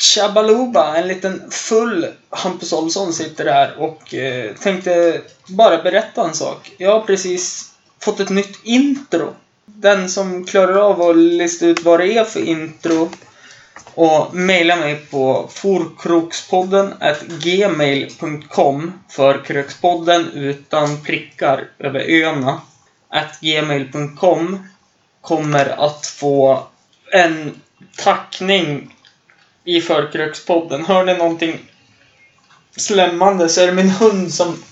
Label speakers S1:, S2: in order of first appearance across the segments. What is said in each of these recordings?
S1: Tjabaluba, en liten full Hampus Olsson sitter här och eh, tänkte bara berätta en sak. Jag har precis fått ett nytt intro. Den som klarar av att lista ut vad det är för intro och mejla mig på forkrokspodden gmail.com för krökspodden utan prickar över öna at gmail.com kommer att få en tackning i förkrökspodden. Hör ni någonting slämmande så är det min hund som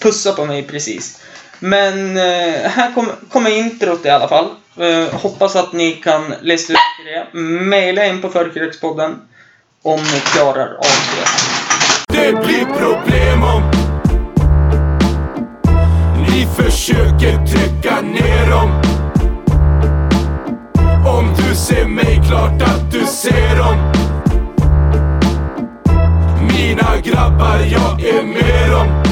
S1: pussar på mig precis. Men eh, här kom- kommer introt i alla fall. Eh, hoppas att ni kan lista ut det. Maila in på förkrökspodden om ni klarar av det.
S2: Det blir problem om ni försöker trycka ner dem. Om du ser mig, klart att du ser dem. Mina grabbar, jag är med dem.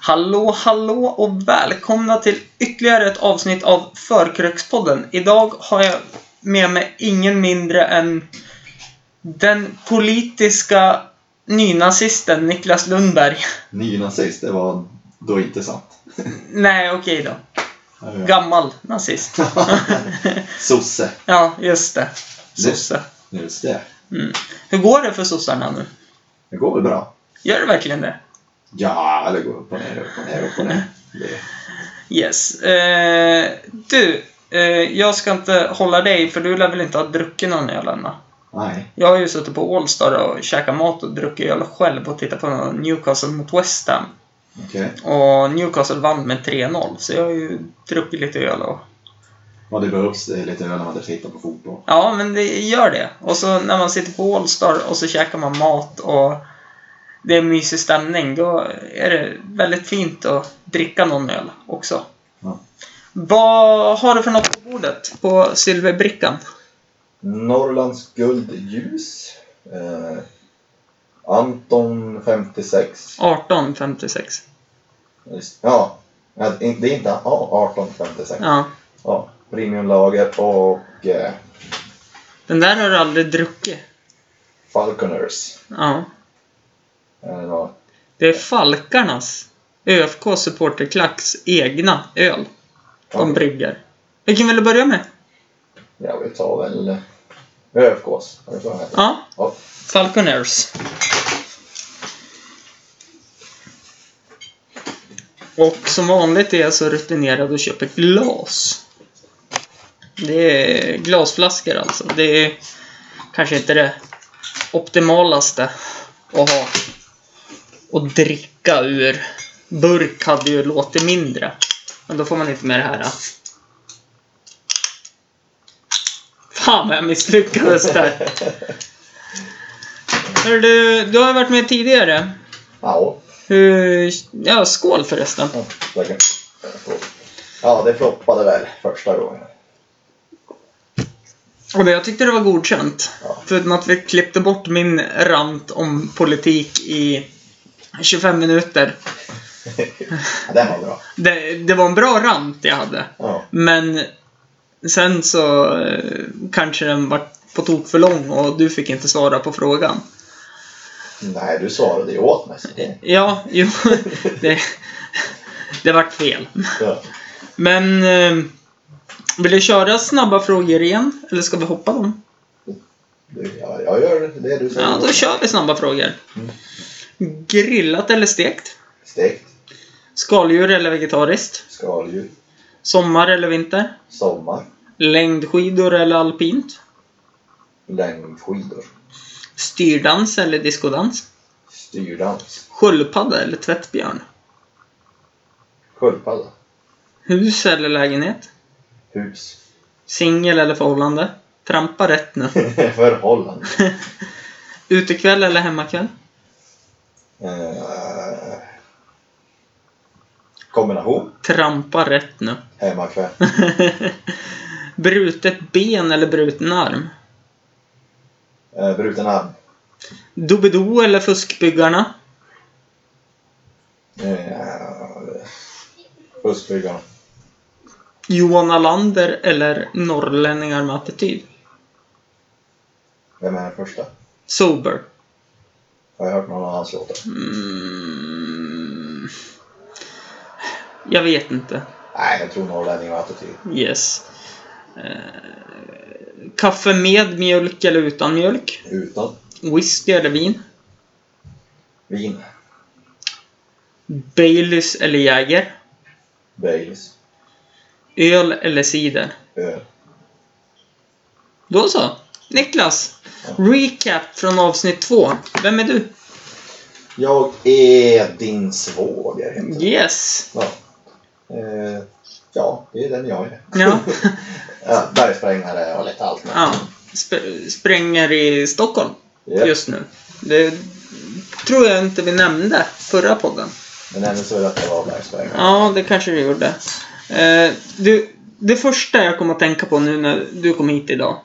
S1: Hallå, hallå och välkomna till ytterligare ett avsnitt av Förkrökspodden. Idag har jag med mig ingen mindre än den politiska nynazisten Niklas Lundberg.
S3: Nynazist, det var då inte sant.
S1: Nej, okej då. Gammal nazist.
S3: Sosse.
S1: ja, just det. Sosse.
S3: Just det.
S1: Mm. Hur går det för sossarna nu?
S3: Det går väl bra?
S1: Gör det verkligen det?
S3: Ja, det går upp och ner, upp och ner, upp och ner. Det,
S1: Yes. Eh, du, eh, jag ska inte hålla dig för du lär väl inte ha druckit någon öl ännu?
S3: nej.
S1: Jag har ju suttit på Allstar och käkat mat och druckit öl själv och tittat på Newcastle mot West Ham.
S3: Okej.
S1: Och Newcastle vann med 3-0, så jag har ju druckit lite öl och...
S3: Ja, det behövs det lite öl när man tittar på fotboll.
S1: Ja, men det gör det. Och så när man sitter på Allstar och så käkar man mat och det är mysig stämning, då är det väldigt fint att dricka någon öl också.
S3: Ja.
S1: Vad har du för något på bordet? På silverbrickan?
S3: Norrlands guldljus. Eh, Anton 56.
S1: 1856.
S3: Just- Ja, nej, det är inte- det är inte ja, 1856.
S1: Ja.
S3: Ja, Premiumlager och eh,
S1: Den där har du aldrig druckit.
S3: Falconers.
S1: Ja.
S3: Eh, ja.
S1: Det är Falkarnas, ÖFK supporterklacks egna öl de brygger. Vilken vill du börja med?
S3: Ja, vi tar väl eh, ÖFKs. Är det så den heter?
S1: Ja,
S3: Ja.
S1: Falconers. Och som vanligt är jag så rutinerad och köper glas. Det är glasflaskor alltså. Det är kanske inte det optimalaste att ha och dricka ur. Burk hade ju låtit mindre. Men då får man inte med det här. Då. Fan vad jag misslyckades där. Hörru Du, du har ju varit med tidigare.
S3: Ja,
S1: Hur, ja, skål förresten.
S3: ja, verkligen. Ja, det floppade väl första gången.
S1: Ja, men Jag tyckte det var godkänt.
S3: Ja.
S1: Förutom att vi klippte bort min rant om politik i 25 minuter.
S3: Ja, den var bra.
S1: Det, det var en bra rant jag hade.
S3: Ja,
S1: Men sen så eh, kanske den var på tok för lång och du fick inte svara på frågan.
S3: nej, du svarade ju åt mig. Så det,
S1: Ja, jo. Det, det vart fel.
S3: ja.
S1: Men eh, vill du köra snabba frågor igen? Eller ska vi hoppa dem?
S3: Du, ja, jag gör det du säger.
S1: Ja, då kör vi snabba frågor. Grillat eller stekt?
S3: Stekt,
S1: Skaldjur eller vegetariskt?
S3: skaldjur,
S1: Sommar eller vinter?
S3: sommar,
S1: Längdskidor eller alpint?
S3: längdskidor,
S1: Styrdans eller diskodans?
S3: styrdans,
S1: Sköldpadda eller tvättbjörn?
S3: sköldpadda,
S1: Hus eller lägenhet?
S3: hus,
S1: Singel eller förhållande? Trampa rätt nu.
S3: förhållande,
S1: Utekväll eller hemmakväll?
S3: eh, kombination,
S1: Trampa rätt nu.
S3: hemmakväll,
S1: Brutet ben eller bruten arm?
S3: eh, bruten arm,
S1: Doobidoo eller fuskbyggarna?
S3: eh, fuskbyggarna,
S1: Johan Alander eller Norrlänningar med attityd?
S3: Vem är den första?
S1: Sober.
S3: Har jag hört någon av hans låtar?
S1: Mm. Jag vet inte.
S3: Nej, jag tror norrlänning och attityd.
S1: Yes. Eh, kaffe med mjölk eller utan mjölk?
S3: Utan.
S1: Whisky eller vin?
S3: Vin.
S1: Baileys eller Jäger?
S3: Baileys.
S1: Öl eller cider?
S3: Öl.
S1: Då så. Niklas. Recap från avsnitt två. Vem är du?
S3: Jag är din svåger, heter det.
S1: Yes.
S3: Ja. Eh, ja, det är den jag är.
S1: Ja.
S3: ja, bergsprängare och lite allt.
S1: ja. Sp- spränger i Stockholm
S3: Ja.
S1: just nu. Det tror jag inte vi nämnde förra podden.
S3: Men även så är det att jag var bergsprängare.
S1: Ja, det kanske du gjorde. Eh, du, det första jag kom att tänka på nu när du kom hit idag,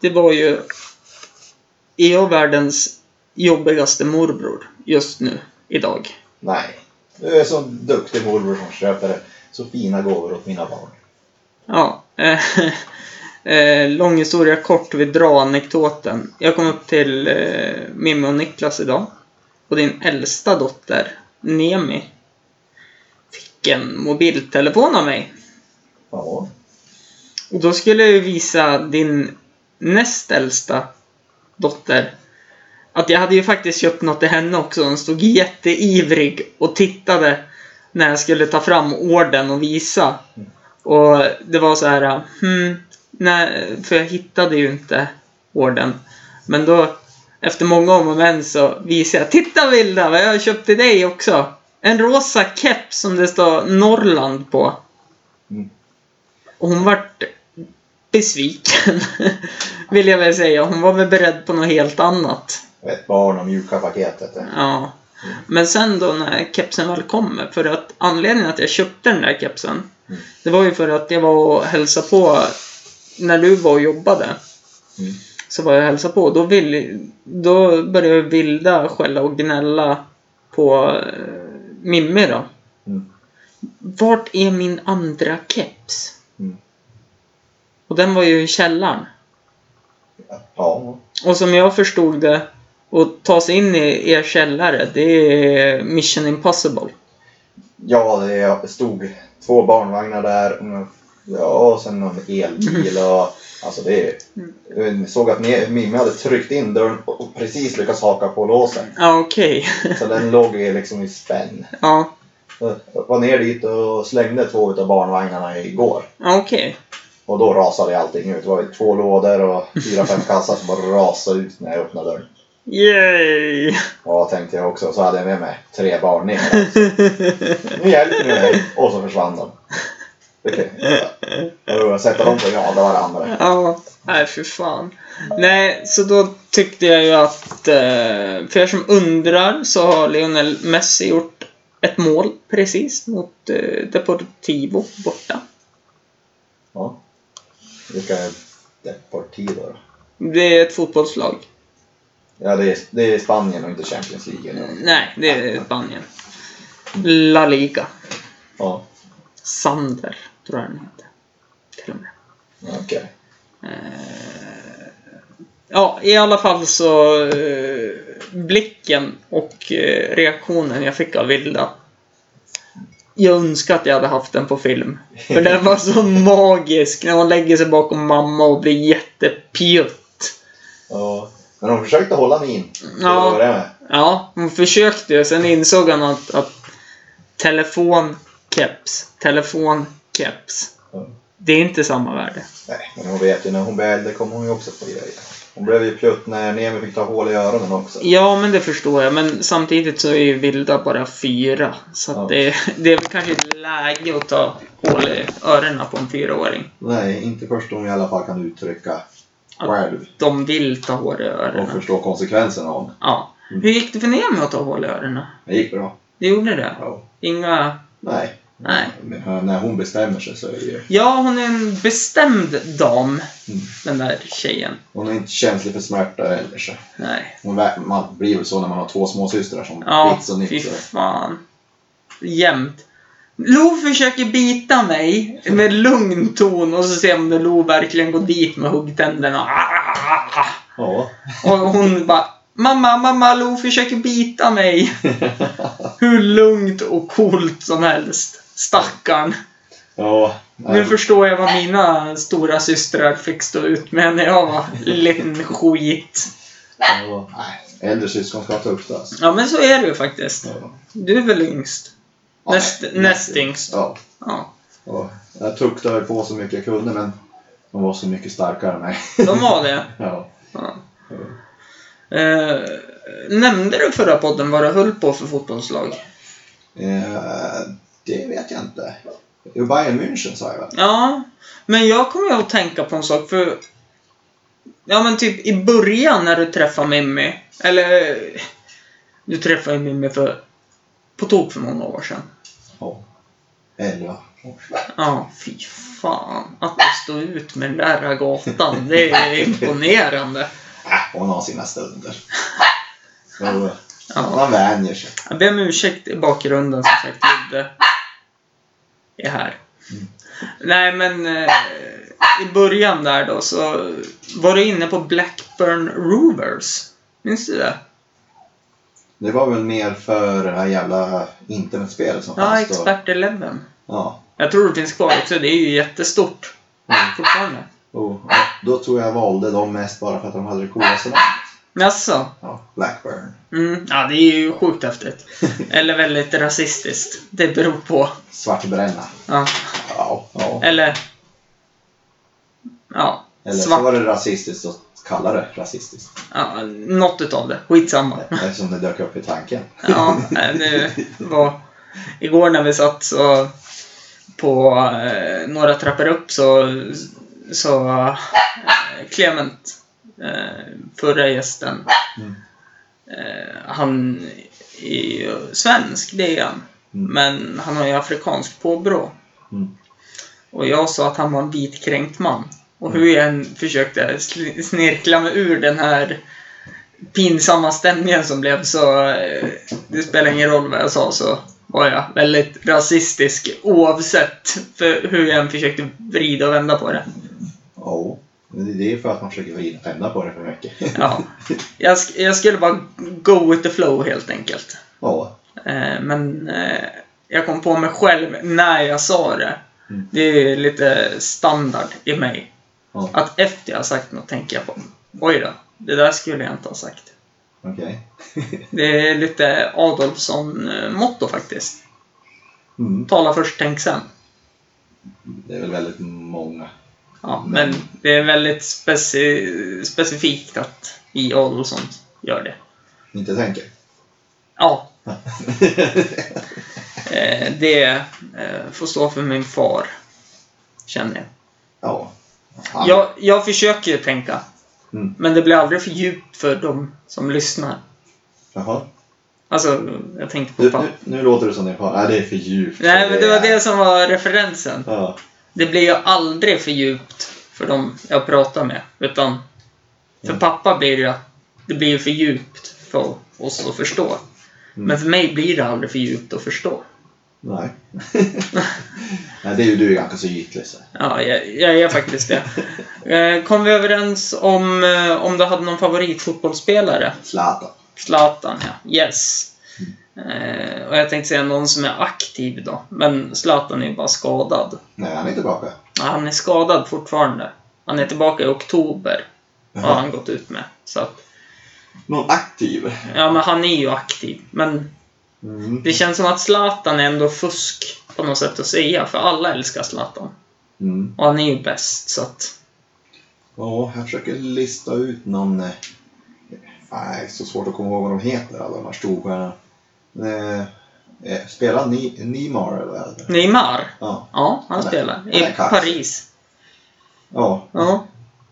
S1: det var ju är jag världens jobbigaste morbror just nu, idag?
S3: Nej, du är så duktig morbror som köper så fina gåvor åt mina barn.
S1: Ja. eh, eh, lång historia kort, vi drar anekdoten. Jag kom upp till eh, Mimmi och Niklas idag. Och din äldsta dotter, Nemi, fick en mobiltelefon av mig.
S3: Ja,
S1: Och då skulle jag ju visa din näst äldsta dotter att jag hade ju faktiskt köpt något till henne också. Hon stod jätteivrig och tittade när jag skulle ta fram orden och visa. Och det var så här, hmm, nej, för jag hittade ju inte orden. Men då, efter många om och men så visade jag, titta Vilda vad jag har köpt till dig också! En rosa keps som det står Norrland på. Och hon vart besviken, vill jag väl säga. Hon var väl beredd på något helt annat.
S3: ett barn och mjuka paketet.
S1: Ja. Men sen då när kepsen väl kommer, för att anledningen att jag köpte den där kepsen,
S3: Mm.
S1: det var ju för att jag var och hälsade på när du var och jobbade.
S3: Mm.
S1: Så var jag och hälsade på. Då, vill, då började Vilda skälla och gnälla på eh, Mimmi då.
S3: Mm.
S1: Vart är min andra keps?
S3: Mm.
S1: Och den var ju i källaren.
S3: Ja,
S1: Och som jag förstod det, att ta sig in i er källare, det är mission impossible.
S3: ja det stod två barnvagnar där. och någon- Ja, och sen någon elbil och... Alltså det... Jag såg att ni- Mimmi hade tryckt in dörren och precis lyckats haka på låsen.
S1: Ja, okej.
S3: Så den låg ju liksom i spänn.
S1: ja,
S3: Jag var ner dit och slängde två utav barnvagnarna igår.
S1: ja, okej.
S3: Och då rasade allting ut. Det var ju två lådor och fyra, fem kassar som bara rasade ut när jag öppnade dörren.
S1: Yay!
S3: Ja, tänkte jag också. Så hade jag med mig tre barn ner. Nu hjälper ni mig! Och så försvann de. Okej. Okay. Sätta dem på ja, det var det andra.
S1: Ja, nej för fan. Nej, så då tyckte jag ju att, eh, för er som undrar så har Lionel Messi gjort ett mål precis mot eh, Deportivo borta.
S3: Ja. Vilka är Deportivo då?
S1: Det är ett fotbollslag.
S3: Ja, det är, det är Spanien och inte Champions League.
S1: Nej, det är Spanien. La Liga.
S3: Ja,
S1: Sander, tror jag den heter. Till och med.
S3: okej.
S1: Ja, i alla fall så eh, blicken och eh, reaktionen jag fick av Vilda. Jag önskar att jag hade haft den på film. För den var så magisk när hon lägger sig bakom mamma och blir jättepjutt.
S3: Ja. Men de försökte hålla mig in. till att
S1: Ja.
S3: börja med.
S1: Ja, hon försökte ju. Sen insåg han att, att telefon, keps, telefon, keps.
S3: Ja.
S1: Det är inte samma värde.
S3: Nej, men hon vet ju när hon blev äldre kommer hon ju också få grejer. Hon blev ju plutt när Nemi fick ta hål i öronen också.
S1: Ja, men det förstår jag. Men samtidigt så är ju Vilda bara fyra. Så att
S3: Ja.
S1: det, det är väl kanske ett läge att ta hål i öronen på en fyraåring.
S3: Nej, inte först om hon i alla fall kan uttrycka
S1: Ja.
S3: själv
S1: De vill ta hål i
S3: och
S1: öronen.
S3: förstå konsekvenserna av det.
S1: Ja. Hur gick det för Nemi att ta hål i öronen?
S3: Det gick bra.
S1: Det gjorde det?
S3: Ja.
S1: Inga...
S3: Nej.
S1: Nej.
S3: Men när hon bestämmer sig så är det ju...
S1: Ja, hon är en bestämd dam,
S3: Mm.
S1: den där tjejen.
S3: Hon är inte känslig för smärta eller så.
S1: Nej.
S3: Hon, vä- man blir väl så när man har två småsystrar som
S1: Ja,
S3: bits och
S1: fy
S3: nixar.
S1: fan. Jämt. Lo försöker bita mig med lugn ton och så ser man hur Lo verkligen går dit med huggtänderna. Ah, ah, ah.
S3: Ja.
S1: Och hon bara Mamma, mamma, Lo försöker bita mig. Hur lugnt och coolt som helst. Stackarn.
S3: ja.
S1: Nu förstår jag vad mina stora systrar fick stå ut med när jag var liten skit.
S3: Ja. Nej, Äldre syskon ska inte upptas.
S1: Ja, men så är det ju faktiskt.
S3: Ja.
S1: Du är väl yngst? Näst, näst yngst.
S3: Ja.
S1: Ja.
S3: ja. Jag tuktade på så mycket jag kunde men de var så mycket starkare än mig.
S1: De var det.
S3: Ja.
S1: Ja. Eh, nämnde du förra podden vad du höll på för fotbollslag?
S3: Eh, det vet jag inte. Jo, Bayern München sa jag väl?
S1: Ja, men jag kommer ju att tänka på en sak för... Ja men typ i början när du träffar Mimmi, eller... Du träffade ju Mimmi för... På tok för många år sedan.
S3: Ja. Elva.
S1: Ja, fy fan. Att du står ut med den där gatan, det är imponerande.
S3: Äh, hon har sina stunder. Ja.
S1: Ja.
S3: Man vänjer sig.
S1: Jag ber om ursäkt i bakgrunden som sagt. Ludde är här.
S3: Mm.
S1: Nej men eh, i början där då så var du inne på Blackburn Rovers. Minns du det?
S3: Det var väl mer för det här jävla internetspelet som
S1: Ja,
S3: fanns då.
S1: Expert Eleven.
S3: Ja.
S1: Jag tror det finns kvar också. Det är ju jättestort.
S3: Mm.
S1: Fortfarande.
S3: Och,
S1: Oh,
S3: och då tror jag valde dem mest bara för att de hade det coolaste namnet.
S1: Jaså?
S3: Ja, Blackburn.
S1: Mm. Ja, det är ju sjukt häftigt. Eller väldigt rasistiskt. Det beror på.
S3: Svartbränna.
S1: Ja.
S3: Ja. ja.
S1: Eller... Ja.
S3: Eller så
S1: svart.
S3: var det rasistiskt att kalla det rasistiskt.
S1: ja. Något utav det. Skitsamma.
S3: Eftersom det dök upp i tanken.
S1: Ja, nej, nu var... Igår när vi satt så på eh, några trappor upp så, så eh, Clement, eh, förra gästen,
S3: Mm.
S1: eh, han är ju svensk, det är han.
S3: Mm.
S1: Men han har ju afrikansk påbrå.
S3: Mm.
S1: Och jag sa att han var en vitkränkt man. Och hur
S3: Mm.
S1: jag än försökte sl- snirkla mig ur den här pinsamma stämningen som blev så eh, det spelar ingen roll vad jag sa så var jag väldigt rasistisk oavsett för hur jag än försökte vrida och vända på det.
S3: Ja. Men Det är för att man försöker vrida och vända på det för mycket.
S1: Ja. Jag, sk- jag skulle bara go with the flow helt enkelt.
S3: Ja.
S1: Eh, men eh, jag kom på mig själv när jag sa det.
S3: Mm.
S1: Det är lite standard i mig.
S3: ja.
S1: Att efter jag har sagt något tänker jag på Oj då, det där skulle jag inte ha sagt.
S3: Okej.
S1: Det är lite Adolfsson-motto faktiskt.
S3: Mm.
S1: Tala först, tänk sen.
S3: Det är väl väldigt många.
S1: Ja, men det är väldigt speci- specifikt att I. Adolfsson gör det.
S3: Inte tänker.
S1: Ja, eh, det eh, får stå för min far, känner jag.
S3: ja. Han-
S1: Jag, jag försöker ju tänka,
S3: Mm.
S1: men det blir aldrig för djupt för de som lyssnar.
S3: Jaha.
S1: Alltså, jag tänkte på
S3: Nu,
S1: pappa.
S3: nu, nu låter det som din far. Nej, det är för djupt.
S1: Nej, men det var
S3: är-
S1: det som var referensen.
S3: Ja.
S1: Det blir ju aldrig för djupt för de jag pratar med, utan för
S3: Mm.
S1: pappa blir det ju det blir ju för djupt för oss att förstå.
S3: Mm.
S1: Men för mig blir det aldrig för djupt att förstå.
S3: Nej. Nej, det är ju du är ganska så ytlig. Så.
S1: Ja, jag, jag är faktiskt det. Eh, Kom vi överens om eh, om du hade någon favoritfotbollsspelare?
S3: Zlatan.
S1: Zlatan, ja. Yes.
S3: Mm.
S1: Eh, Och jag tänkte säga någon som är aktiv då, men Zlatan är ju bara skadad.
S3: Nej, han är tillbaka.
S1: Ja, Han är skadad fortfarande. Han är tillbaka i oktober, har han gått ut med. Så att,
S3: Någon aktiv?
S1: ja, men han är ju aktiv. Men
S3: Mm.
S1: det känns som att Zlatan är ändå fusk på något sätt att säga, för alla älskar Zlatan.
S3: Mm.
S1: Och han är ju bäst, så att...
S3: Ja, jag försöker lista ut någon... eh, Nej, så svårt att komma ihåg vad de heter, alla de här storstjärnorna. Eh, eh, Spelar ni, Neymar eller? vad är det?
S1: Neymar?
S3: Ja.
S1: Ja, han
S3: Han är-
S1: spelar.
S3: han är
S1: I
S3: kass.
S1: Paris.
S3: Ja.
S1: Ja.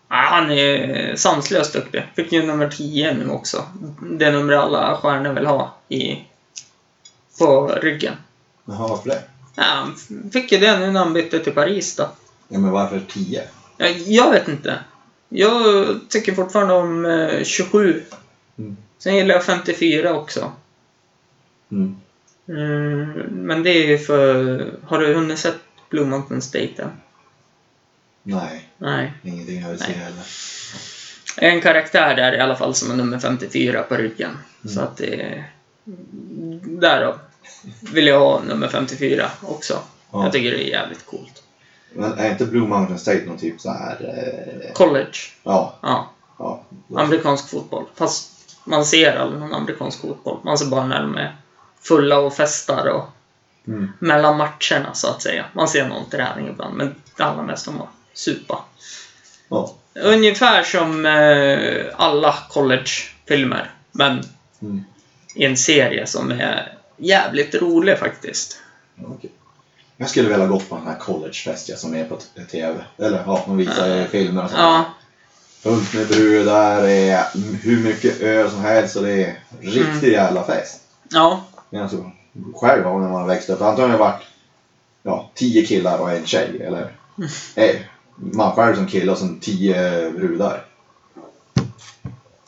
S1: Ja, han är sanslöst duktig. Fick ju nummer 10 nu också. Det nummer alla stjärnor vill ha i, på ryggen.
S3: Jaha, varför det?
S1: Ja, han fick ju det nu när han bytte till Paris då.
S3: Ja, men varför 10?
S1: Ja, Eh, jag vet inte. Jag tycker fortfarande om eh, 27.
S3: Mm.
S1: Sen gillar jag 54 också.
S3: Mm.
S1: Eh, Men det är ju för... Har du hunnit sett Blue Mountain State än?
S3: Nej,
S1: Nej.
S3: ingenting jag vill se
S1: Nej.
S3: heller.
S1: En karaktär där i alla fall som är nummer 54 på ryggen.
S3: Mm.
S1: Så att det... Därav vill jag ha nummer 54 också.
S3: Ja.
S1: Jag tycker det är jävligt coolt.
S3: Men är inte Blue Mountain State någon typ så här... Eh,
S1: College.
S3: ja,
S1: Ja.
S3: ja.
S1: Amerikansk fotboll. Fast man ser aldrig någon amerikansk fotboll. Man ser bara när de är fulla och festar och
S3: Mm.
S1: mellan matcherna så att säga. Man ser någon träning ibland, men det allra mesta man supa.
S3: ja.
S1: Ungefär som eh, alla collegefilmer, men
S3: Mm.
S1: i en serie som är jävligt rolig faktiskt.
S3: Okej. Jag skulle väl ha gått på den här collegefest ja, som är på t- tv. Eller ja, de visar i filmer och sånt.
S1: Mm. Ja,
S3: Fullt med brudar, det är hur mycket öl som helst och det är riktig
S1: Mm.
S3: jävla fest.
S1: ja,
S3: Men alltså, själv har när man växte upp, antagligen har det varit ja, tio killar och en tjej. Eller
S1: Mm.
S3: eh, man själv som kille och sen tio brudar.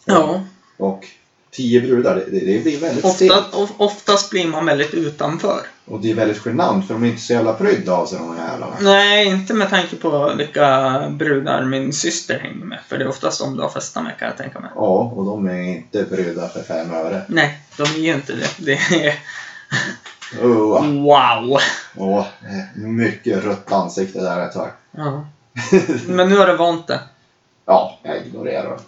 S1: ja.
S3: Och tio brudar, det, det, det blir väldigt
S1: Ofta,
S3: stelt.
S1: of, oftast blir man väldigt utanför.
S3: Och det är väldigt genant för de är inte så jävla prydda av sig de här jävlarna.
S1: Nej, inte med tanke på vilka brudar min syster hänger med. För det är oftast de du har festat med kan jag tänka mig.
S3: Ja, och de är inte prydda för fem öre.
S1: Nej, de är ju inte det. Det är...
S3: Oh,
S1: Wow!
S3: oh, mycket rött ansikte där ett tag.
S1: Ja. Men nu har du vant det.
S3: Ja, jag ignorerar dem.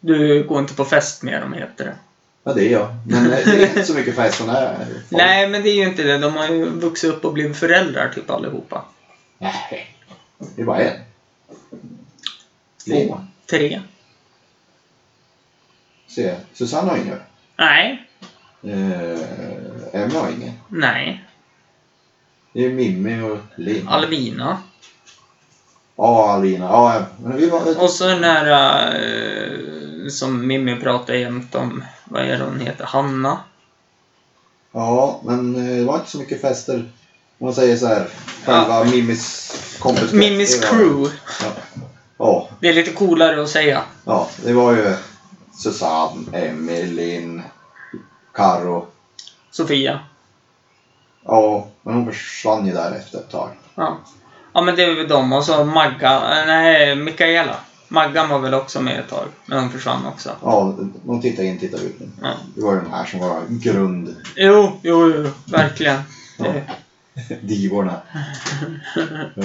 S1: Du går inte på fest med dem, heter det.
S3: Ja, det är jag. Men eh, det är inte så mycket fest som det är.
S1: Nej, men det är ju inte det. De har ju vuxit upp och blivit föräldrar typ allihopa.
S3: Nej. Det är bara en. Två.
S1: Tre.
S3: Se, Susanne har ingen.
S1: Nej.
S3: Eh, Emma har ingen.
S1: Nej.
S3: Det är Mimmi och Linn.
S1: Alvina.
S3: Ja, Alina. Ja, ja. men vi var...
S1: Och så den här eh, som Mimmi pratar jämt om. Vad är det hon heter? Hanna.
S3: Ja, men eh, det var inte så mycket fester. Om man säger så här. Själva Mimmis kompis.
S1: Mimmis
S3: det var-
S1: crew.
S3: Ja. ja,
S1: Det är lite coolare att säga.
S3: ja, det var ju Susanne, Emmy, Linn, Karo.
S1: Sofia.
S3: Ja, men hon försvann ju där efter ett tag.
S1: Ja. ja, men det är väl dem. Och så Magga. eh, Nej, Mikaela. Maggan var väl också med ett tag, men hon försvann också.
S3: Ja, de tittar in, tittar ut. nu.
S1: Ja.
S3: Det var ju den här som var grund
S1: Jo, jo, jo, verkligen. Ja.
S3: divorna.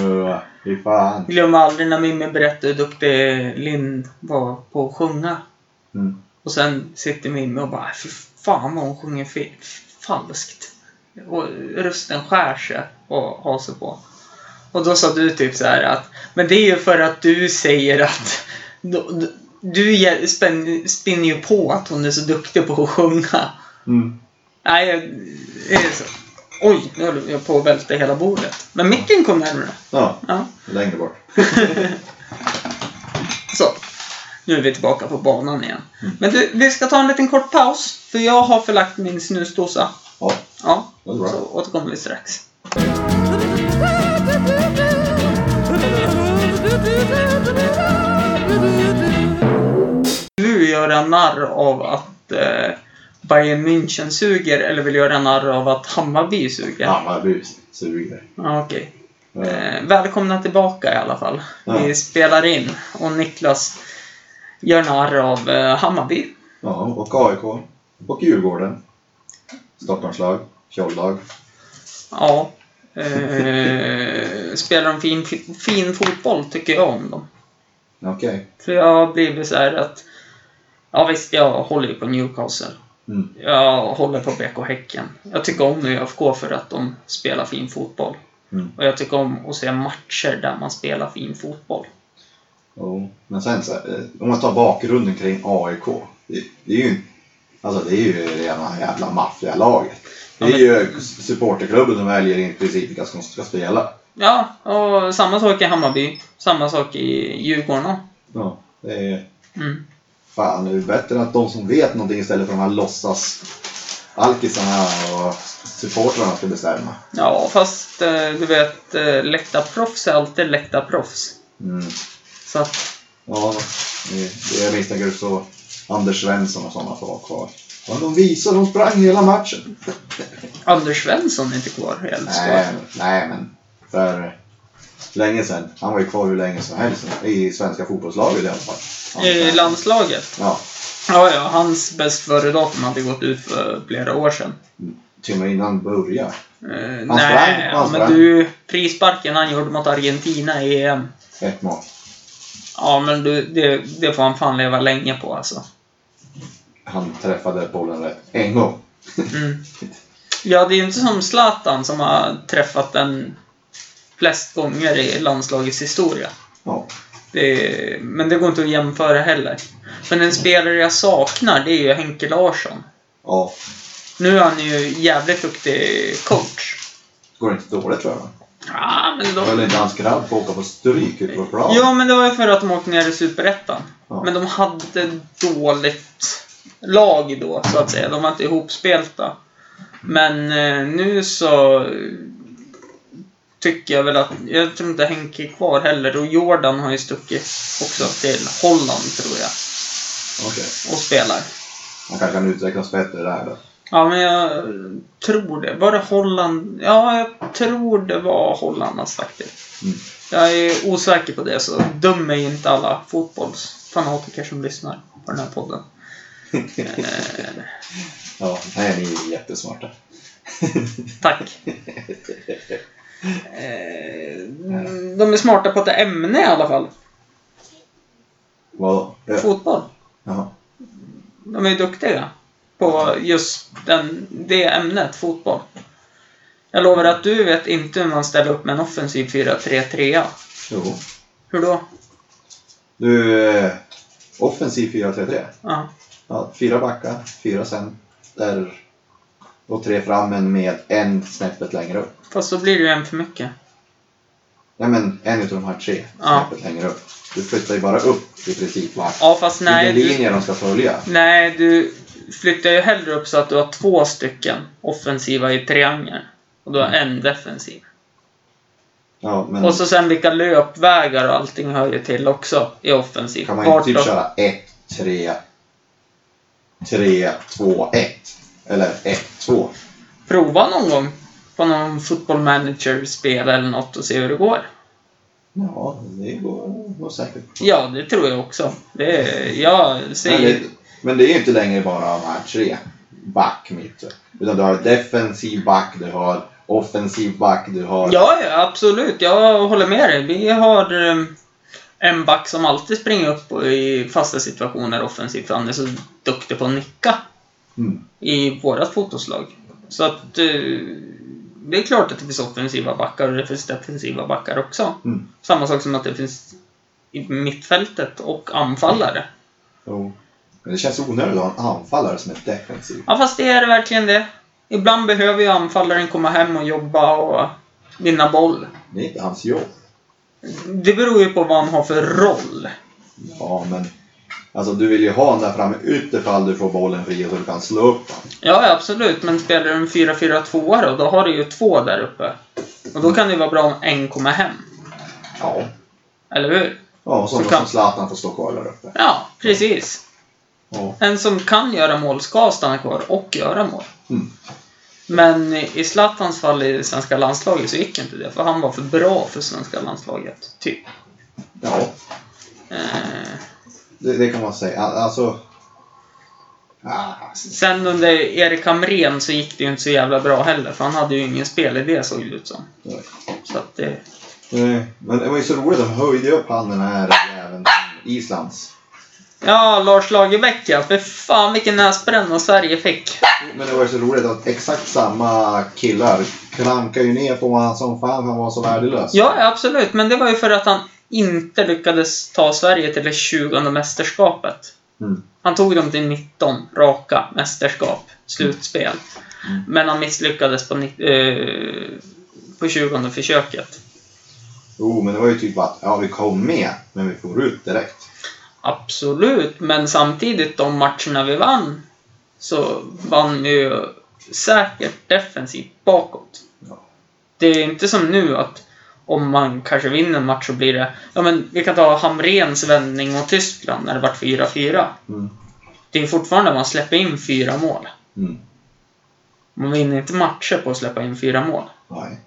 S3: Uh, Fy fan.
S1: Glöm aldrig när Mimmi berättade hur duktig Linn var på att sjunga.
S3: Mm.
S1: Och sen sitter Mimmi och bara fy fan vad hon sjunger fe- falskt. Och rösten skär sig och har sig på. Och då sa du typ så här att Men det är ju för att du säger att Du, du ge- spänn- spinner ju på att hon är så duktig på att sjunga.
S3: Mm.
S1: Nej, jag- det är så. Oj, nu höll jag på att välta hela bordet. Men micken kom närmare.
S3: Ja,
S1: Ja.
S3: längre bort.
S1: Så. Nu är vi tillbaka på banan igen. Men du, vi ska ta en liten kort paus. För jag har förlagt min snusdosa.
S3: Ja,
S1: Ja,
S3: det var
S1: så
S3: bra.
S1: återkommer vi strax. Vill du göra narr av att eh, Bayern München suger eller vill du göra narr av att Hammarby suger?
S3: Hammarby suger.
S1: Ja, okej.
S3: Ja.
S1: Eh, välkomna tillbaka i alla fall.
S3: Ja.
S1: Vi spelar in och Niklas gör narr av eh, Hammarby.
S3: Ja, och AIK. Och Djurgården. Stockholmslag. Fjollag.
S1: Ja. Eh, spelar de fin, fin fotboll tycker jag om dem.
S3: Okej.
S1: För jag har blivit så här att... Ja visst, jag håller ju på Newcastle.
S3: Mm.
S1: Jag håller på BK Häcken. Jag tycker om ÖFK för att de spelar fin fotboll.
S3: Mm.
S1: Och jag tycker om att se matcher där man spelar fin fotboll.
S3: Jo, men sen så, eh, om man tar bakgrunden kring AIK. Det, det är ju alltså det är ju rena jävla maffialaget. Det är ju supporterklubben som väljer i princip vilka som ska spela.
S1: Ja, och samma sak i Hammarby. Samma sak i Djurgården.
S3: Ja, det är,
S1: Mm.
S3: fan, det är bättre att de som vet någonting istället för de här låtsas alkisarna och supportrarna ska bestämma.
S1: Ja, fast eh, du vet, eh, läktarproffs är alltid läktarproffs.
S3: Mm.
S1: Så att
S3: Ja, det, det jag misstänker så Anders Svensson och sådana får vara kvar. Vad de visade, de sprang hela matchen.
S1: Anders Svensson är inte kvar i
S3: Nej,
S1: Elfsborg.
S3: men- nej men. För länge sedan. Han var ju kvar hur länge som helst. I svenska fotbollslaget i alla fall.
S1: I landslaget?
S3: Ja.
S1: Ja, ja. Hans bäst före-datum hade gått ut för flera år sedan.
S3: Till och med innan han började.
S1: Eh,
S3: Han sprang,
S1: nej,
S3: han
S1: ja, men
S3: sprang.
S1: du. Frisparken han gjorde mot Argentina i EM.
S3: Ett mål.
S1: Ja, men du, det, det får han fan leva länge på alltså.
S3: Han träffade bollen rätt. En gång.
S1: Mm. Ja, det är ju inte som Zlatan som har träffat den flest gånger i landslagets historia.
S3: Ja.
S1: Det, men det går inte att jämföra heller. Men en spelare jag saknar, det är ju Henke Larsson.
S3: ja.
S1: Nu är han ju jävligt duktig coach.
S3: Går inte dåligt tror jag.
S1: Ja, men
S3: Höll
S1: de...
S3: inte hans grabb på att åka på stryk ute på plan?
S1: Ja, men det var ju för att de åkte ner i Superettan.
S3: Ja.
S1: Men de hade dåligt lag då, så att säga. De var inte ihopspelta. Men eh, nu så eh, tycker jag väl att... Jag tror inte Henke är kvar heller. Och Jordan har ju stuckit också till Holland, tror jag,
S3: Okej.
S1: och spelar.
S3: Han kanske kan utvecklas bättre där då.
S1: Ja, men jag tror det. Var det Holland? Ja, jag tror det var Hollandas faktiskt.
S3: Mm.
S1: Jag är osäker på det, så döm mig inte alla fotbollsfanatiker som lyssnar på den här podden. eh,
S3: Ja, nej, ni är jättesmarta.
S1: tack. Eh, de är smarta på ett ämne i alla fall.
S3: Vad? Ja.
S1: Fotboll.
S3: Jaha.
S1: De är ju duktiga på just den, det ämnet, fotboll. Jag lovar att du vet inte hur man ställer upp med en offensiv 4-3-3.
S3: Jo.
S1: Hur då?
S3: Du, eh, offensiv 4-3-3.
S1: Ja.
S3: Ja, fyra backar, fyra sen. Där. Och tre fram, men med en snäppet längre upp.
S1: Fast då blir det ju en för mycket.
S3: Nej, men en utav de här tre
S1: Ja.
S3: snäppet längre upp. Du flyttar ju bara upp i princip vart.
S1: Ja, fast nej.
S3: Vilken
S1: Du,
S3: linje de ska följa.
S1: nej, du flyttar ju hellre upp så att du har två stycken offensiva i triangeln. Och du har
S3: Mm.
S1: en defensiv.
S3: Ja, men
S1: Och så sen vilka löpvägar och allting hör ju till också i offensiv.
S3: kan man ju typ
S1: Vart då?
S3: köra 1, 3, 3, 2, 1. Eller 1, 2.
S1: Prova någon gång på någon football manager-spel eller något och se hur det går.
S3: Ja, det går nog säkert.
S1: Ja, det tror jag också. Det är, jag
S3: Men
S1: säger...
S3: det, men det är ju inte längre bara de här tre. Back, mitt. Utan du har defensiv back, du har offensiv back, du har...
S1: Ja, ja, absolut. Jag håller med dig. Vi har eh, en back som alltid springer upp i fasta situationer offensivt. Han är så duktig på att nicka
S3: Mm.
S1: i vårat fotbollslag. Så att eh, det är klart att det finns offensiva backar och det finns defensiva backar också.
S3: Mm.
S1: Samma sak som att det finns i mittfältet och anfallare.
S3: Jo. Men det känns onödigt att ha en anfallare som är defensiv.
S1: Ja, fast det är verkligen det. Ibland behöver ju anfallaren komma hem och jobba och vinna boll.
S3: Det är inte hans jobb.
S1: Det beror ju på vad han har för roll.
S3: Ja, men... Alltså du vill ju ha den där framme utifall du får bollen fri så du kan slå upp den.
S1: Ja, ja, absolut. Men spelar du en 4-4-2 då, då har du ju två där uppe. Och då kan det vara bra om en kommer hem.
S3: Ja.
S1: Eller hur?
S3: Ja, som,
S1: Så kan-
S3: som Zlatan får stå kvar där uppe.
S1: Ja, precis.
S3: Ja.
S1: En som kan göra mål ska stanna kvar och göra mål.
S3: Mm.
S1: Men i Zlatans fall i svenska landslaget så gick inte det, för han var för bra för svenska landslaget. Typ.
S3: ja.
S1: Eh,
S3: Det, det kan man säga. Al- Alltså... Ah,
S1: sen under Erik Hamrén så gick det ju inte så jävla bra heller, för han hade ju ingen spelidé såg det ut som.
S3: nej.
S1: Så att det...
S3: Nej, Eh, Men det var ju så roligt, de höjde ju upp han den här jäveln från Islands.
S1: Ja, Lars Lagerbäck ja. För fan vilken näsbränna Sverige fick.
S3: Men det var ju så roligt att exakt samma killar klankade ju ner på honom som fan, han var så värdelös.
S1: Ja, ja, absolut. Men det var ju för att han inte lyckades ta Sverige till det 20 mästerskapet.
S3: Mm.
S1: Han tog dem till 19 raka mästerskap, slutspel.
S3: Mm.
S1: Men han misslyckades på, ni- eh, på 20 försöket.
S3: Jo, men det var ju typ att ja, vi kom med, men vi får ut direkt.
S1: Absolut, men samtidigt de matcherna vi vann så vann vi ju säkert defensivt bakåt.
S3: Ja.
S1: Det är inte som nu att om man kanske vinner en match så blir det... Ja, men vi kan ta Hamrens vändning mot Tyskland när det vart 4-4.
S3: Mm.
S1: det är fortfarande, man släpper in fyra mål.
S3: Mm.
S1: Man vinner inte matcher på att släppa in fyra mål.
S3: Nej.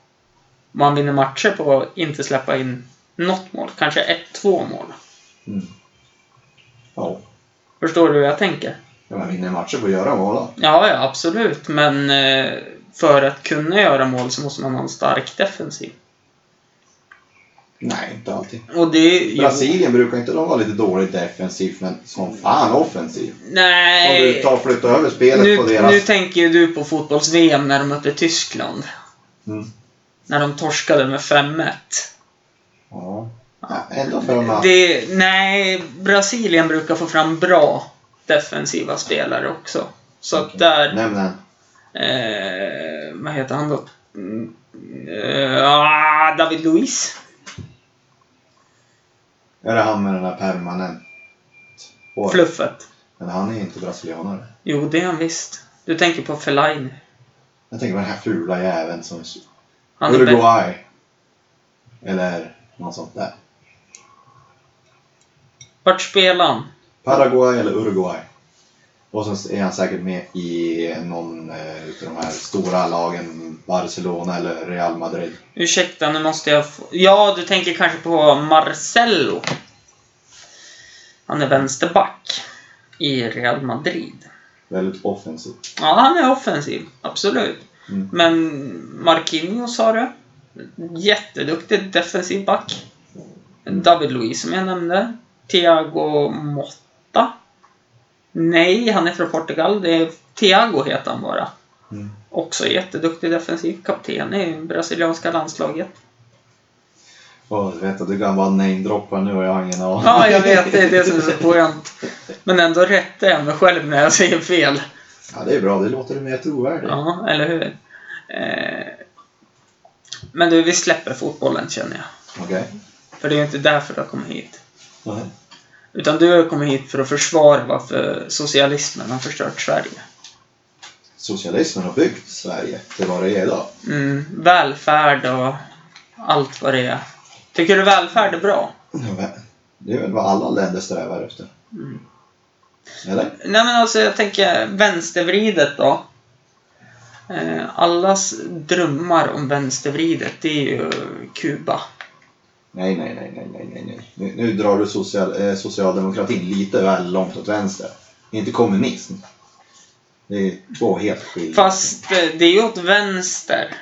S1: Man vinner matcher på att inte släppa in något mål. Kanske ett, två mål.
S3: Mm. Ja.
S1: Förstår du hur jag tänker?
S3: Ja, Man vinner matcher på att göra mål. då.
S1: Ja, ja, absolut. Men eh, för att kunna göra mål så måste man ha en stark defensiv.
S3: Nej, inte alltid.
S1: Och det... jo-
S3: Brasilien brukar inte de vara lite dåligt defensivt, men som fan offensivt. Om du
S1: Nej.
S3: tar och flyttar över spelet
S1: Nu,
S3: på deras...
S1: nu tänker ju du på fotbolls-VM när de mötte Tyskland.
S3: Mm.
S1: När de torskade med 5-1.
S3: Ja. Ja, Ändå för de här...
S1: Det, nej, Brasilien brukar få fram bra defensiva spelare också. Så att där...
S3: Nämn en.
S1: Eh, vad heter han då? Mm, Eh, ah, David Luiz.
S3: Är det han med den där permanent? håret?
S1: Fluffet.
S3: Men han är ju inte brasilianare.
S1: Jo, det är han visst. Du tänker på Fellaini.
S3: Jag tänker på den här fula jäveln som...
S1: Han är bäst.
S3: Uruguay. Eller något sånt där.
S1: Vart spelar han?
S3: Paraguay eller Uruguay. Och sen är han säkert med i någon eh, utav de här stora lagen, Barcelona eller Real Madrid.
S1: Ursäkta, nu måste jag få... Ja, du tänker kanske på Marcelo. Han är vänsterback i Real Madrid.
S3: Väldigt offensivt.
S1: Ja, han är offensiv. Absolut.
S3: Mm.
S1: Men Marquinhos har du. Jätteduktig defensiv back. David Luiz som jag nämnde. Thiago Motta. Nej, han är från Portugal. Det är Thiago heter han bara.
S3: Mm.
S1: Också jätteduktig defensiv kapten i brasilianska landslaget.
S3: Åh, du vet att du kan bara namedroppa nu och jag har ingen aning.
S1: Ja, jag vet. Det är det som är så skönt. Men ändå rättar jag mig själv när jag säger fel.
S3: Ja, det är bra. Det låter mer trovärdigt.
S1: Ja, eller hur? Eh, Men du, vi släpper fotbollen känner jag.
S3: Okej.
S1: För det är ju inte därför du har kommit hit.
S3: Nej.
S1: Utan du har kommit hit för att försvara varför socialismen har förstört Sverige.
S3: Socialismen har byggt Sverige till vad det är idag.
S1: Mm, välfärd och allt vad det är. Tycker du välfärd är bra?
S3: Det är väl vad alla länder strävar efter.
S1: Mm.
S3: Eller?
S1: Nej men alltså jag tänker vänstervridet då. Eh, Allas drömmar om vänstervridet, det är ju Kuba.
S3: Nej, nej, nej, nej, nej, nej, nej. Nu, nu drar du social, eh, socialdemokratin lite väl långt åt vänster. Inte kommunism. Det är två helt skilda.
S1: Fast eh, det är ju åt vänster.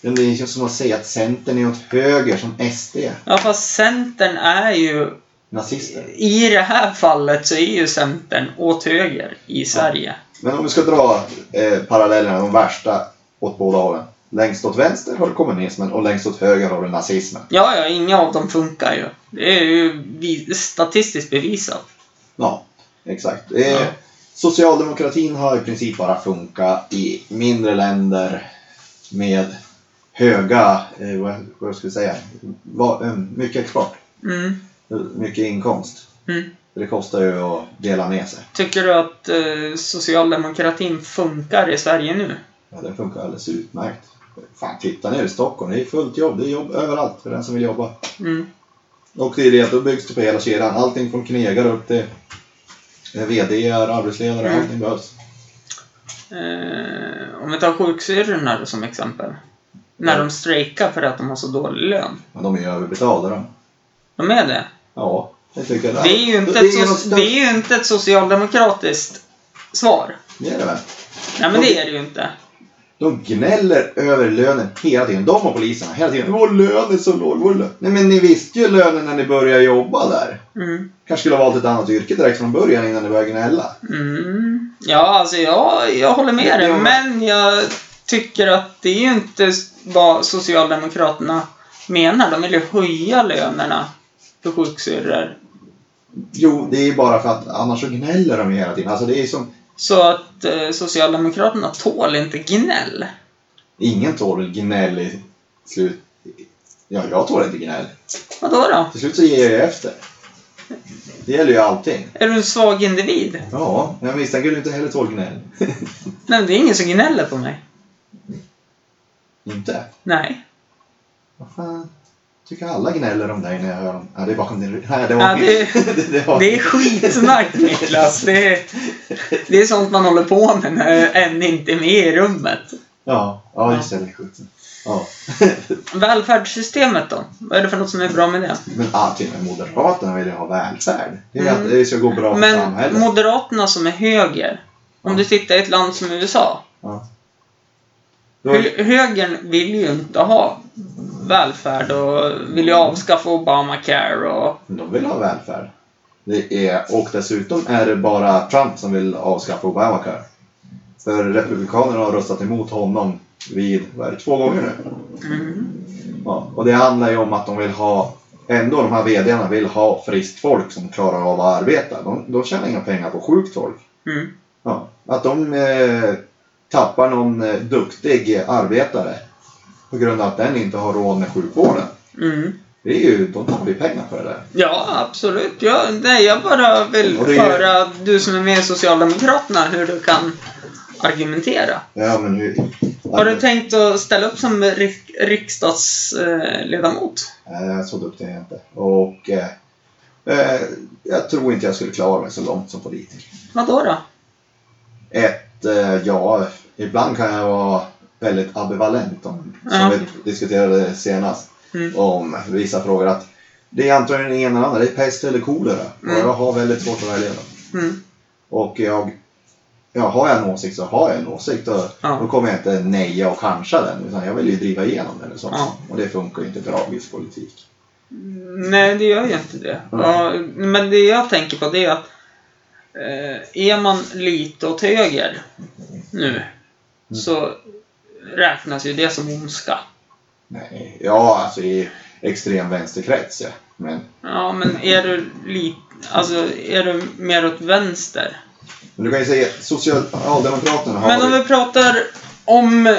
S3: Men Det är ju som att säga att Centern är åt höger som SD.
S1: Ja fast Centern är ju,
S3: Nazister.
S1: i det här fallet så är ju Centern åt höger i Sverige.
S3: Men om vi ska dra eh, parallellerna, de värsta, åt båda hållen. Längst åt vänster har du kommunismen och längst åt höger har du nazismen.
S1: Ja, ja, inga av dem funkar ju. Det är ju vi- statistiskt bevisat.
S3: Ja, exakt. Eh,
S1: Ja.
S3: Socialdemokratin har i princip bara funkat i mindre länder med höga, eh, vad, vad ska vi säga, va, eh, mycket export,
S1: Mm,
S3: eh, mycket inkomst.
S1: mm.
S3: Det kostar ju att dela med sig.
S1: Tycker du att eh, socialdemokratin funkar i Sverige nu?
S3: Ja, den funkar alldeles utmärkt. Fan, titta ner i Stockholm, det är fullt jobb, det är jobb överallt för den som vill jobba.
S1: Mm.
S3: Och det är det att då byggs det på hela kedjan, allting från knegare upp till eh, VD, arbetsledare,
S1: Mm.
S3: allting behövs.
S1: Eh, om vi tar sjuksyrrorna då som exempel. När de strejkar för att de har så dålig lön.
S3: Men de är ju överbetalda de.
S1: De är det.
S3: Ja, det tycker jag.
S1: Det är ju inte,
S3: det
S1: ett,
S3: något-
S1: so- det är ju inte ett socialdemokratiskt svar.
S3: det är det väl.
S1: Nej, men det är det ju inte.
S3: De gnäller över lönen hela tiden. De och poliserna hela tiden. Vår lön är så låg. Vår lön. Nej men ni visste ju lönen när ni började jobba där.
S1: Mm.
S3: Kanske skulle ha valt ett annat yrke direkt från början innan ni började gnälla.
S1: Mm. Ja, alltså jag, jag håller med dig,
S3: Ja.
S1: men jag tycker att det är ju inte vad Socialdemokraterna menar. De vill ju höja lönerna för sjuksyrror.
S3: Jo, det är bara för att annars så gnäller de ju hela tiden. Alltså det är som...
S1: Så att eh, Socialdemokraterna tål inte gnäll.
S3: Ingen tål väl gnäll i slut... Ja, jag tål inte gnäll.
S1: Vadå då?
S3: Till slut så ger jag ju efter. Det gäller ju allting.
S1: Är du en svag individ?
S3: Ja, men misstänker du inte heller tål gnäll?
S1: Nej, men det är ingen som gnäller på mig.
S3: inte?
S1: Nej.
S3: Vad fan? Tycker alla gnäller om dig när jag hör dem? Ja, det är bakom din rygg. Nej, det var
S1: Ja, det,
S3: det, var-
S1: det är skitsnack Niklas. Det är, Det är sånt man håller på med när en inte är med i rummet.
S3: Ja, ja just det. det är sjukt. Ja.
S1: Välfärdssystemet då? Vad är det för något som är bra med det?
S3: Men ah, till och med Moderaterna vill ju ha välfärd. Det är ju
S1: Mm.
S3: att det ska gå bra för
S1: Men
S3: samhället.
S1: Moderaterna som är höger. Om du tittar i ett land som USA.
S3: Ja. Då-
S1: Hö- högern vill ju inte ha välfärd och vill ju avskaffa Obamacare och...
S3: Men De vill ha välfärd. Det är, och dessutom är det bara Trump som vill avskaffa Obamacare. För Republikanerna har röstat emot honom vid, vad är det, två gånger nu?
S1: Mm.
S3: Ja, och det handlar ju om att de vill ha, ändå de här VDarna vill ha friskt folk som klarar av att arbeta. De, de tjänar inga pengar på sjukt folk.
S1: Mm.
S3: Ja, att de eh, tappar någon eh, duktig arbetare på grund av att den inte har råd med sjukvården.
S1: Mm.
S3: Det är ju, de tappar ju pengar på det där.
S1: Ja, absolut. Ja, nej, jag bara vill
S3: Och det är-
S1: höra du som är med i Socialdemokraterna hur du kan argumentera.
S3: Ja, men hur...
S1: Har du tänkt att ställa upp som rik- riksdagsledamot?
S3: Eh, så duktig är jag inte. Och eh, eh, jag tror inte jag skulle klara mig så långt som politiker.
S1: Vadå då?
S3: Ett, eh, ja, ibland kan jag vara väldigt ambivalent om, som
S1: Ja.
S3: vi diskuterade senast,
S1: Mm.
S3: om vissa frågor. att Det är antagligen det ena eller andra, det är pest eller kolera.
S1: Mm.
S3: Och jag har väldigt svårt att välja.
S1: Mm.
S3: Och jag, ja, har jag en åsikt så har jag en åsikt. Och
S1: Ja.
S3: Då kommer jag inte neja och kanske den, utan jag vill ju driva igenom den. i så fall.
S1: Ja.
S3: Och det funkar ju inte bra i viss politik.
S1: Mm, Nej, det gör ju inte det.
S3: Mm.
S1: Ja, men det jag tänker på det är att eh, är man lite åt höger nu så räknas ju det som ondska.
S3: Nej, ja alltså i extrem vänsterkrets ja. Men,
S1: Ja, men är du lite... Alltså, är du mer åt vänster?
S3: men du kan ju säga Socialdemokraterna har...
S1: Men om vi pratar om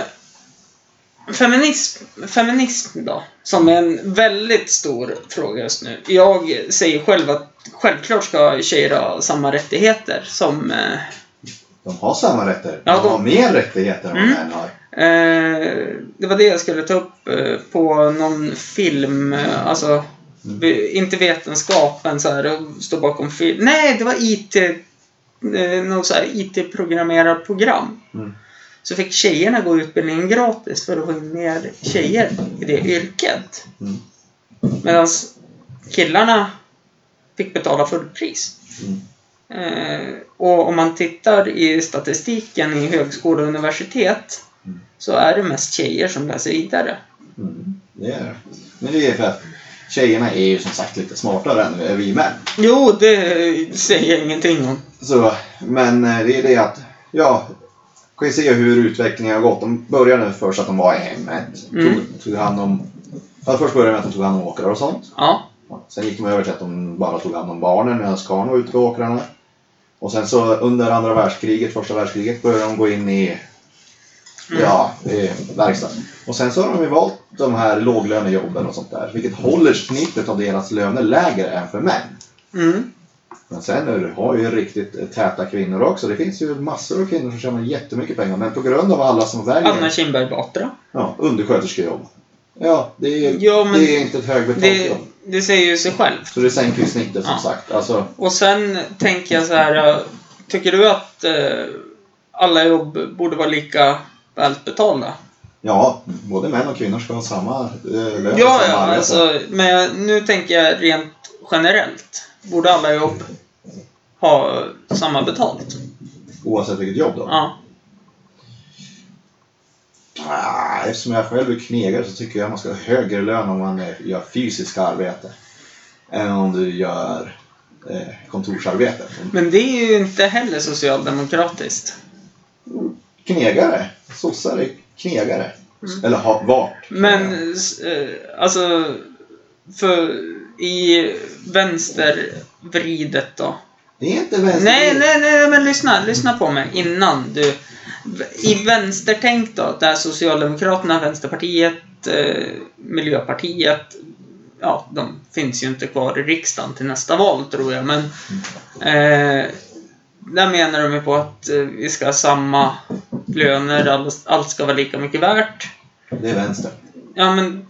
S1: feminism, feminism då, som är en väldigt stor fråga just nu. Jag säger själv att självklart ska tjejer ha samma rättigheter som eh,
S3: De har samma rättigheter.
S1: Ja,
S3: de...
S1: de-
S3: har mer rättigheter än vad
S1: Mm.
S3: män har.
S1: Eh, det var det jag skulle ta upp eh, på någon film, eh, alltså vi- inte vetenskapen så här, och stå bakom film. Nej, det var IT, eh, något så här IT-programmerarprogram.
S3: Mm.
S1: Så fick tjejerna gå utbildningen gratis för att få in mer tjejer i det yrket.
S3: Mm.
S1: Medan killarna fick betala fullpris.
S3: Mm.
S1: Eh, och om man tittar i statistiken i högskola och universitet
S3: Mm.
S1: så är det mest tjejer som läser vidare.
S3: Mm. Det är det. Men det är för att tjejerna är ju som sagt lite smartare än vi män.
S1: Jo, det säger jag ingenting om.
S3: Så, men eh, det är det att, ja, kan ju se hur utvecklingen har gått. De började nu först att de var i hemmet.
S1: Mm.
S3: Tog, tog hand om, ja, först började med att de tog hand om åkrar och sånt.
S1: Ja.
S3: Ja, Sen gick de över till att de bara tog hand om barnen medan karln var ute på åkrarna. Och sen så under andra världskriget, första världskriget, började de gå in i
S1: Mm.
S3: ja, i verkstad. Och sen så har de ju valt de här låglönejobben och sånt där, vilket håller snittet av deras löner lägre än för män.
S1: Mm.
S3: Men sen är det, har ju riktigt täta kvinnor också. Det finns ju massor av kvinnor som tjänar jättemycket pengar, men på grund av alla som
S1: Anna
S3: väljer
S1: Kinberg Batra.
S3: ja, undersköterskejobb. Ja, det är,
S1: Ja, men
S3: det är inte ett högbetalt
S1: Det,
S3: jobb.
S1: det säger ju sig självt.
S3: Så det sänker ju snittet som
S1: Ja.
S3: sagt. Alltså,
S1: Och sen tänker jag så här. eh, Tycker du att eh, alla jobb borde vara lika välbetalda?
S3: Ja, både män och kvinnor ska ha samma eh, lön.
S1: Ja,
S3: samma
S1: ja,
S3: arbete.
S1: alltså, men nu tänker jag rent generellt. Borde alla jobb ha eh, samma betalt?
S3: Oavsett vilket jobb då.
S1: Ja.
S3: Ah, eftersom jag själv är knegare så tycker jag man ska ha högre lön om man eh, gör fysiska arbete. Än om du gör eh, kontorsarbete.
S1: Men det är ju inte heller socialdemokratiskt.
S3: Knegare. Sossar är knegare. Eller har varit.
S1: Mm. Men, eh, alltså, för i vänstervridet då.
S3: Det är inte vänster.
S1: Nej, nej, nej, men lyssna, lyssna på mig innan du... I vänstertänk då, där Socialdemokraterna, Vänsterpartiet, eh, Miljöpartiet, ja, de finns ju inte kvar i riksdagen till nästa val tror jag, men eh, där menar de ju på att eh, vi ska ha samma löner, all, allt ska vara lika mycket värt.
S3: Det är vänster.
S1: Ja, men...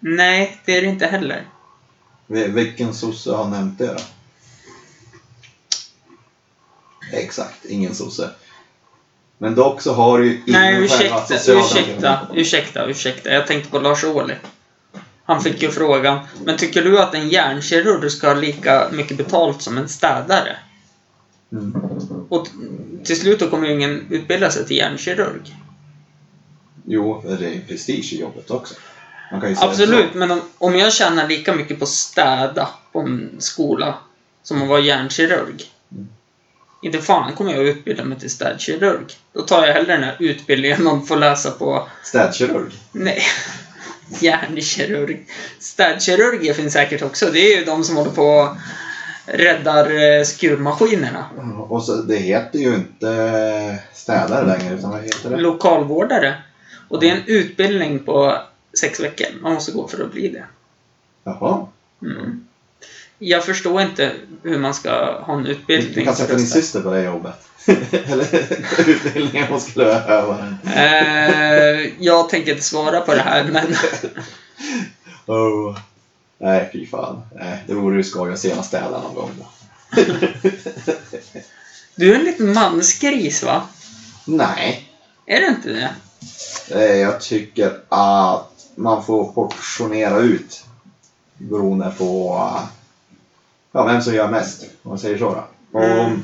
S1: Nej, det är det inte heller.
S3: Vi- Vilken sosse har nämnt det då? exakt, ingen sosse. Men dock så har ju ingen
S1: Nej,
S3: själva
S1: ursäkta,
S3: socialdemokratin-
S1: ursäkta, ursäkta, ursäkta. Jag tänkte på Lars Ohly. Han fick ju frågan, men tycker du att en hjärnkirurg ska ha lika mycket betalt som en städare?
S3: Mm.
S1: Och t- till slut då kommer ju ingen utbilda sig till hjärnkirurg.
S3: Jo, för det är prestige i jobbet också. Man kan ju säga
S1: Absolut, men om, om jag tjänar lika mycket på att städa på en skola som att vara hjärnkirurg. Inte fan kommer jag utbilda mig till städkirurg. Då tar jag hellre den här utbildningen man får läsa på
S3: så. Städkirurg.
S1: Nej. Hjärnkirurg. Städkirurger finns säkert också. Det är ju de som håller på och räddar eh, skruvmaskinerna.
S3: Och så, det heter ju inte städare längre, utan vad heter det?
S1: Lokalvårdare. Och det är en utbildning på sex veckor. Man måste gå för att bli det.
S3: Jaha.
S1: Mm. Jag förstår inte hur man ska ha en
S3: Du
S1: utbildning.
S3: kan sätta
S1: för
S3: din
S1: att städa.
S3: syster på det jobbet. Eller utbildningen hon skulle behöva den.
S1: Eh, jag tänker inte svara på det här, men...
S3: Oh. Nej, fy fan. Nej, det vore ju skoj att se henne städa någon gång. Då.
S1: Du är en liten mansgris, va?
S3: Nej,
S1: Är du inte det?
S3: eh, jag tycker att man får portionera ut beroende på eh, ja, vem som gör mest, om man säger så. Då. Och,
S1: Mm.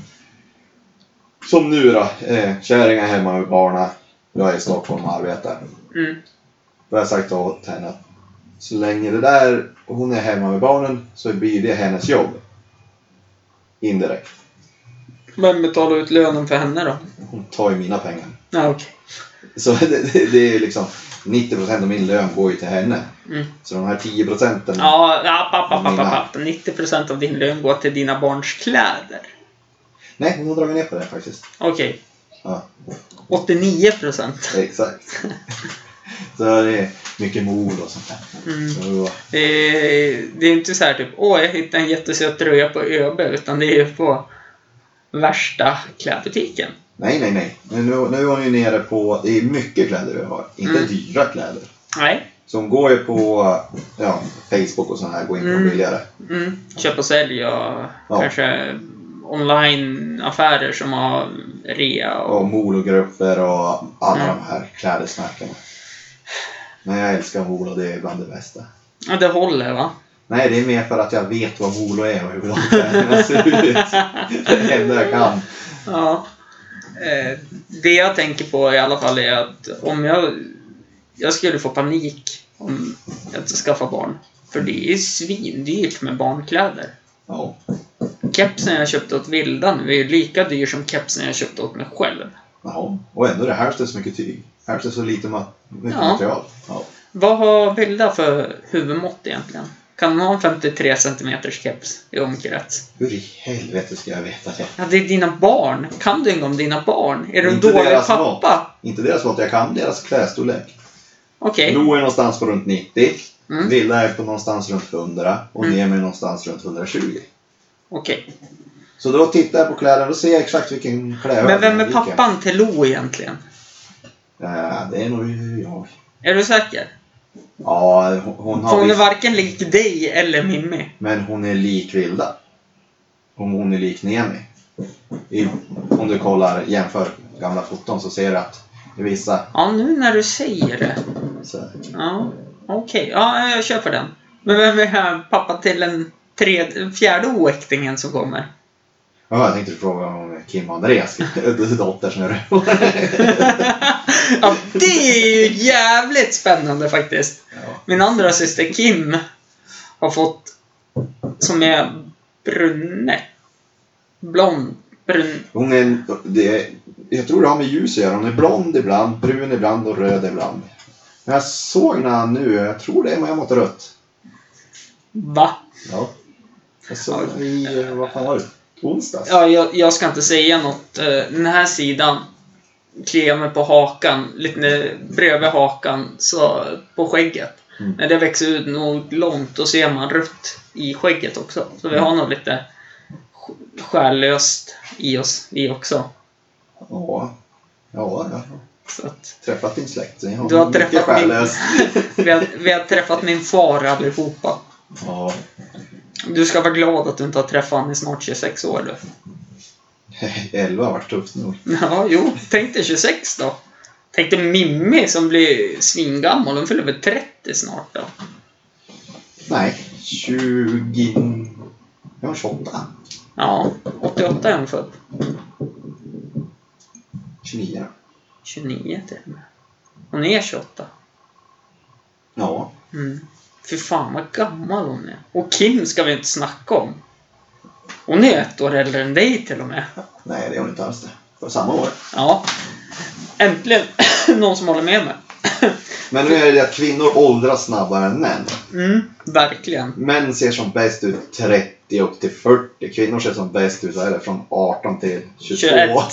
S3: Som nu då, eh, kärringen hemma med barnen. Jag är i Stockholm och arbetar.
S1: Mm.
S3: Då har jag sagt åt henne att så länge det där, och hon är hemma med barnen så blir det hennes jobb. Indirekt.
S1: Vem betalar ut lönen för henne då?
S3: Hon tar ju mina pengar.
S1: Ja, okej.
S3: Så det, det, det är ju liksom 90% av min lön går ju till henne.
S1: Mm.
S3: Så de här 10 procenten.
S1: Ja, app, app, app, app,
S3: Mina.
S1: app, app. 90% av din lön går till dina barns kläder.
S3: Nej, hon har dragit ner på det faktiskt.
S1: Okej.
S3: Ja.
S1: 89%.
S3: Exakt. så det är mycket mod och sånt där.
S1: Mm.
S3: Så,
S1: Det, är, det är inte så här typ åh, jag hittade en jättesöt tröja på ÖB, utan det är ju på värsta klädbutiken.
S3: nej, nej, nej. Nu, nu nu är hon ju nere på, det är mycket kläder vi har. Inte
S1: Mm.
S3: dyra kläder.
S1: Nej.
S3: Så hon går ju på ja, Facebook och sånt här, går in på
S1: Mm.
S3: billigare.
S1: Mm. Köp och sälj och
S3: Ja.
S1: kanske onlineaffärer som har rea och...
S3: Och Molo-grupper och alla
S1: Mm.
S3: de här klädesmärkena. Men jag älskar Molo, det är bland det bästa.
S1: Ja, det håller va?
S3: Nej, det är mer för att jag vet vad Molo är och hur de kläderna ser ut. Det enda jag kan.
S1: Ja. Eh, Det jag tänker på i alla fall är att om jag... Jag skulle få panik om jag inte skaffar barn. För det är ju svindyrt med barnkläder.
S3: Ja,
S1: Kepsen jag köpte åt Vilda nu är ju lika dyr som kepsen jag köpte åt mig själv.
S3: ja. Och ändå är det hälften så mycket tyg. Hälften så lite ma- mycket
S1: Ja.
S3: material. Ja.
S1: Vad har Vilda för huvudmått egentligen? Kan hon ha en 53 cm keps i omkrets?
S3: Hur i helvete ska jag veta det?
S1: Ja, det är dina barn. Kan du inget om dina barn? Är du en
S3: Inte
S1: dålig
S3: deras
S1: pappa?
S3: Inte deras mått, jag kan deras klädstorlek.
S1: Okej.
S3: Lo är någonstans på runt 90.
S1: Mm.
S3: Villa är på någonstans runt 100. Och
S1: Mm.
S3: Nemi är någonstans runt 120.
S1: Okej.
S3: Så då tittar jag på kläderna och ser jag exakt vilken klädhög
S1: Men vem är
S3: vilken.
S1: pappan till Lo egentligen?
S3: Eh, det är nog jag.
S1: Är du säker?
S3: Ja, hon, hon
S1: För
S3: har
S1: hon är
S3: visst,
S1: varken lik dig eller Mimmi.
S3: men hon är lik Vilda. Om hon är lik Nemi. I, om du kollar, jämför gamla foton så ser du att i vissa...
S1: Ja, nu när du säger det.
S3: Så,
S1: Ja, okej. Ja, jag köper den. Men vem är här pappa till den tredje, fjärde oäktingen som kommer?
S3: ja, jag tänkte fråga om Kim och Andreas dotter som är röd.
S1: ja, det är ju jävligt spännande faktiskt.
S3: Ja.
S1: Min andra syster Kim har fått, som är brunett. Blond. Brun.
S3: Hon är, det, jag tror det har med ljus att göra. Hon är blond ibland, brun ibland och röd ibland. Men jag såg när han nu, jag tror det är med mot rött.
S1: Va?
S3: Ja. Jag såg den i, eh, vad fan var det? Onsdags?
S1: Ja, jag, jag ska inte säga något. Eh, Den här sidan kliar jag mig på hakan, lite bredvid hakan, så på skägget.
S3: Mm.
S1: När det växer ut nog långt, då ser man rött i skägget också. Så
S3: Mm.
S1: vi har nog lite sj- själlöst i oss, vi också.
S3: Ja. Ja, jag har
S1: Så att
S3: träffat din släkt. så ni
S1: Du har
S3: mycket
S1: träffat min-
S3: själlös.
S1: vi, har, vi har träffat min far allihopa.
S3: Ja.
S1: Du ska vara glad att du inte har träffat honom i snart 26 år du.
S3: 11 var tufft nog.
S1: Ja, jo. Tänk dig 26 då. Tänk dig Mimmi som blir svingammal. Hon fyller väl 30 snart då.
S3: Nej, 20... Jag var 28.
S1: Ja, 88 är hon född.
S3: 29 då.
S1: 29 till och med. Hon är 28.
S3: Ja.
S1: Mm. Fy fan vad gammal hon är. Och Kim ska vi inte snacka om. Hon är ett år äldre än dig till och med.
S3: Nej, det är hon inte alls det. För samma år.
S1: Ja. Äntligen någon som håller med mig.
S3: Men nu är det att kvinnor åldras snabbare än män.
S1: Mm, verkligen.
S3: Män ser som bäst ut 30 upp till 40. Kvinnor ser som bäst ut vad är det, från 18 till 22.
S1: 21.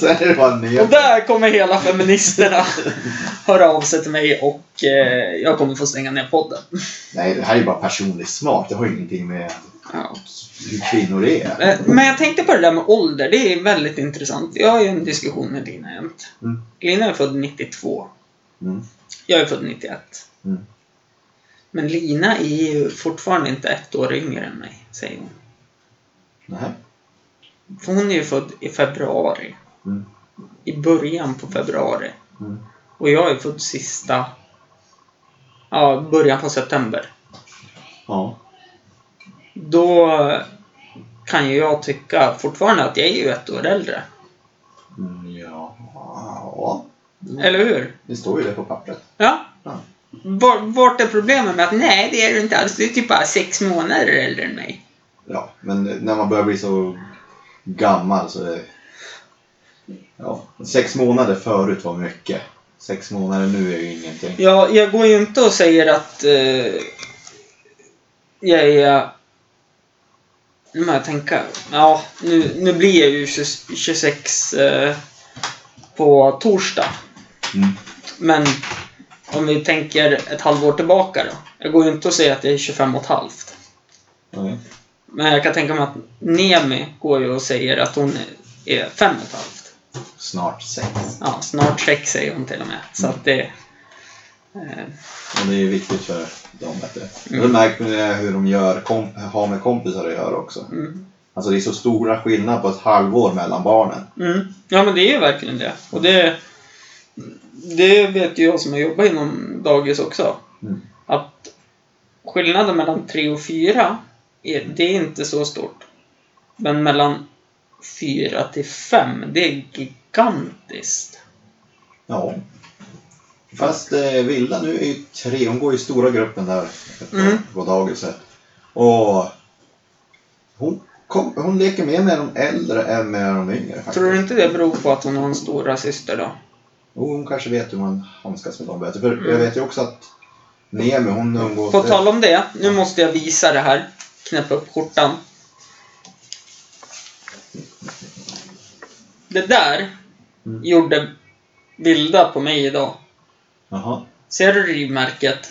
S3: Sen är det bara ner.
S1: Och där kommer hela feministerna höra av sig till mig och eh, jag kommer få stänga ner podden.
S3: Nej, det här är ju bara personlig smak. Det har ju ingenting med
S1: Ja.
S3: hur kvinnor är.
S1: Eh, Men jag tänkte på det där med ålder. Det är väldigt intressant. Jag har ju en diskussion med Lina jämt.
S3: Mm.
S1: Lina är född 92.
S3: Mm.
S1: Jag är född 91.
S3: Mm.
S1: Men Lina är ju fortfarande inte ett år yngre än mig, säger hon.
S3: Nähä.
S1: För hon är ju född i februari.
S3: Mm.
S1: I början på februari.
S3: Mm.
S1: Och jag är född sista... Ja, början på september.
S3: Ja.
S1: Då kan ju jag tycka fortfarande att jag är ju ett år äldre.
S3: Mm, ja. ja.
S1: Eller hur?
S3: Det står ju det på pappret.
S1: Mm. Ja.
S3: Ja.
S1: Var- Vart är problemet med att nej, det är du inte alls. Du är typ bara sex månader äldre än mig.
S3: Ja, men när man börjar bli så gammal så... Är... Ja, sex månader förut var mycket. Sex månader nu är ju ingenting.
S1: Ja, jag går ju inte och säger att eh, jag är... Nu må jag tänka. Ja, nu, nu blir jag ju 20 26 eh, på torsdag.
S3: Mm.
S1: Men om vi tänker ett halvår tillbaka då. Jag går ju inte och säger att jag är 25 och ett halvt.
S3: Okej.
S1: Men jag kan tänka mig att Nemi går ju och säger att hon är fem och ett halvt.
S3: Snart sex.
S1: Ja, snart sex säger hon till och med. Så att det... Eh,
S3: Och det är ju viktigt för dem. Vet du. Mm. Det märker man ju hur de gör, kom, har med kompisar att göra också.
S1: mm.
S3: Alltså det är så stora skillnader på ett halvår mellan barnen.
S1: Mm. Ja, men det är ju verkligen det. Och det, det vet ju jag som har jobbat inom dagis också.
S3: Mm.
S1: Att skillnaden mellan tre och fyra är, det är inte så stort. Men mellan fyra till fem det är gigantiskt.
S3: Ja. Fast eh, Vilda nu är ju tre, hon går i stora gruppen där på,
S1: Mm.
S3: på dagiset. Och hon, kom, hon leker mer med de äldre än med de yngre faktiskt.
S1: Tror du inte det beror på att hon har en stora syster då?
S3: Jo, hon kanske vet hur man handskas med dem bättre. För
S1: Mm.
S3: jag vet ju också att Nemi hon umgås...
S1: På tal om det, nu måste jag visa det här. Knäppa upp skjortan. Det där
S3: Mm.
S1: gjorde Vilda på mig idag.
S3: Jaha.
S1: Ser du rivmärket?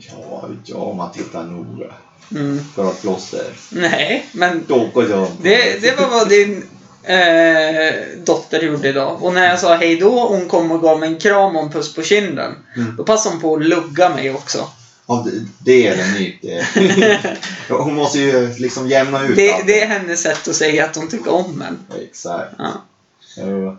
S3: Ja, ja, om man tittar noga.
S1: Mm.
S3: För att plåster.
S1: Nej, men
S3: Dock och jag.
S1: det, det var vad din eh, dotter gjorde idag. Och när jag sa hej då, hon kom och gav mig en kram och en puss på kinden.
S3: Mm.
S1: Då passade hon på att lugga mig också.
S3: Ja, det, det är det nytt. det. Ja, Hon måste ju liksom jämna ut
S1: Det,
S3: allt.
S1: det är hennes sätt att säga att hon tycker om en.
S3: Exakt.
S1: Ja.
S3: Jo.
S1: Eh,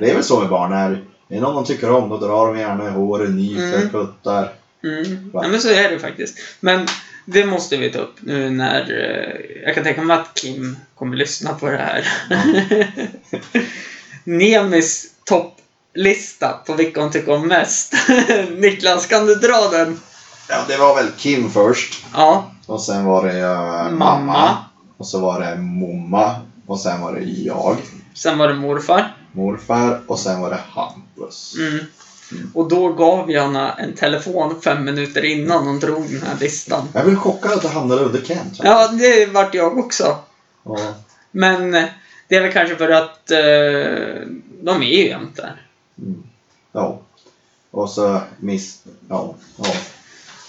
S3: Det är väl så med barn. När det är någon de tycker om, då drar de gärna i håret, nyper,
S1: Mm.
S3: puttar.
S1: Mm.
S3: Va?
S1: Ja, men så är det faktiskt. Men det måste vi ta upp nu när... Eh, jag kan tänka mig att Kim kommer lyssna på det här. Nemis topplista på vilka hon tycker om mest. Niklas, kan du dra den?
S3: Ja, det var väl Kim först.
S1: Ja.
S3: Och sen var det eh, mamma.
S1: Mamma.
S3: Och så var det momma. Och sen var det jag,
S1: Sen var det morfar.
S3: morfar. Och sen var det Hampus.
S1: Mm. Och då gav jag henne en telefon fem minuter innan hon drog den här listan.
S3: Jag blev chockad att det hamnade under Kent.
S1: Ja, det vart jag också.
S3: Ja.
S1: Men eh, det är väl kanske för att eh, de är ju jämt där.
S3: Mm. ja. Och så miss... Ja. ja.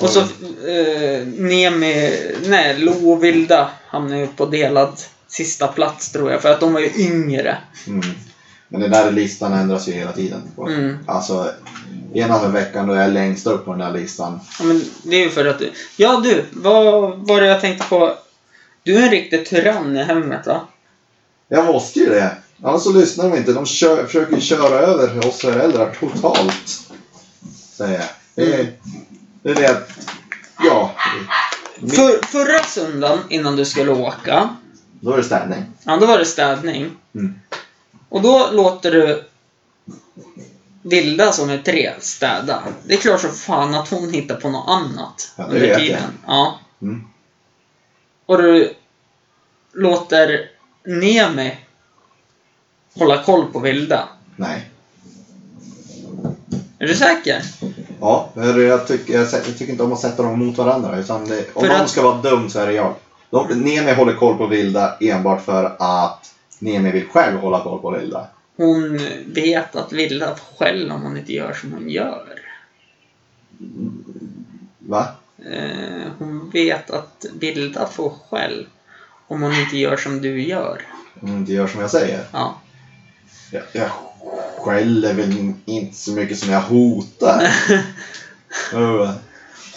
S1: Och så eh, Nemi, nej, Lo och Vilda hamnade ju på delad sista plats tror jag, för att de var ju yngre.
S3: Mm. Men den där listan ändras ju hela tiden.
S1: Mm.
S3: Alltså, ena veckan då är jag längst upp på den där listan.
S1: Ja, men det är ju för att... Ja du, vad var det jag tänkte på? Du är en riktig tyrann i hemmet va?
S3: Jag måste ju det. Annars så lyssnar de inte. De kör, försöker ju köra över oss föräldrar totalt. Säger jag. Det
S1: Mm.
S3: är det. Är det att, ja, Mitt-
S1: För, förra söndagen innan du skulle åka,
S3: då är det städning.
S1: ja, då var det städning.
S3: Mm.
S1: Och då låter du Vilda som är tre städa. Det är klart som fan att hon hittar på något annat
S3: Ja, det vet
S1: under
S3: jag.
S1: tiden. Ja.
S3: Mm.
S1: Och du låter Nemi hålla koll på Vilda.
S3: Nej.
S1: Är du säker?
S3: Ja, för jag tycker, jag, sä- jag tycker inte om att sätta dem mot varandra. Utan det, om
S1: För
S3: någon
S1: att-
S3: ska vara dum så är det jag. De, Nemi håller koll på Vilda enbart för att Nemi vill själv hålla koll på Vilda.
S1: Hon vet att Vilda får skäll om hon inte gör som hon gör.
S3: Va?
S1: Eh, hon vet att Vilda får skäll om hon inte gör som du gör.
S3: Om hon inte gör som jag säger.
S1: Ja.
S3: Jag, jag skäller väl inte så mycket som jag hotar. Uh,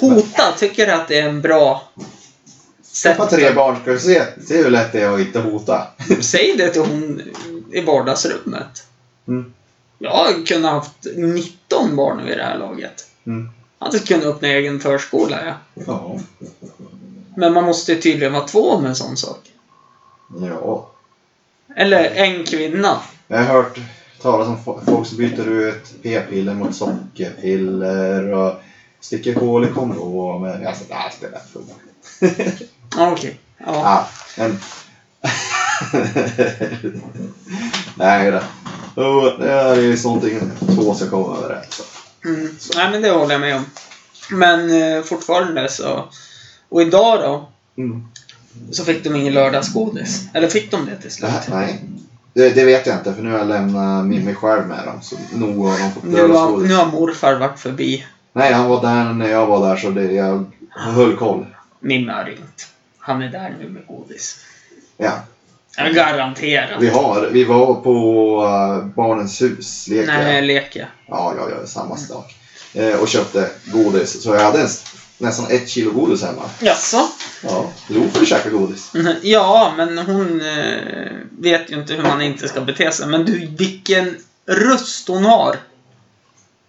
S1: Hota, tycker du att det är en bra sätt
S3: Skaffa tre barn ska du se. Se hur lätt det är att inte hota.
S1: Säg det till hon i vardagsrummet.
S3: Mm.
S1: Jag hade kunnat haft 19 barn nu i det här laget.
S3: Mm.
S1: Jag hade kunnat öppna egen förskola, ja.
S3: Ja.
S1: Men man måste tydligen vara två om en sån sak.
S3: ja.
S1: Eller en kvinna.
S3: Jag har hört talas om fo- folk som byter ut p-piller mot sockerpiller och sticker hål i kondomer. Alltså det här spelar full.
S1: Ja, Okej. Ja.
S3: Ah, en... Nej då. Oh, det här är ju sånt ingen två ska komma överens om.
S1: Mm. Nej, men det håller jag med om. Men eh, fortfarande så... Och idag då,
S3: Mm.
S1: så fick de ingen lördagsgodis. Eller fick de det till
S3: Det
S1: slut?
S3: här, nej. Det, det vet jag inte för nu har jag lämnat Mimmi själv med dem. Så nog har de fått
S1: Nu har,
S3: lördagsgodis.
S1: nu har morfar varit förbi.
S3: Nej, han var där när jag var där så det, jag höll koll.
S1: Mimmi har ringt. Han är där nu med godis.
S3: Ja.
S1: Jag garanterar.
S3: Vi har, vi var på eh, Barnens hus, leker.
S1: Nej, jag leker.
S3: Ja, ja, ja, samma sak. Eh, och köpte godis. Så jag hade en, nästan ett kilo godis hemma.
S1: Jaså?
S3: Ja. Lofer käkar godis.
S1: Mhm. Ja, men hon eh, vet ju inte hur man inte ska bete sig. Men du, vilken röst hon har!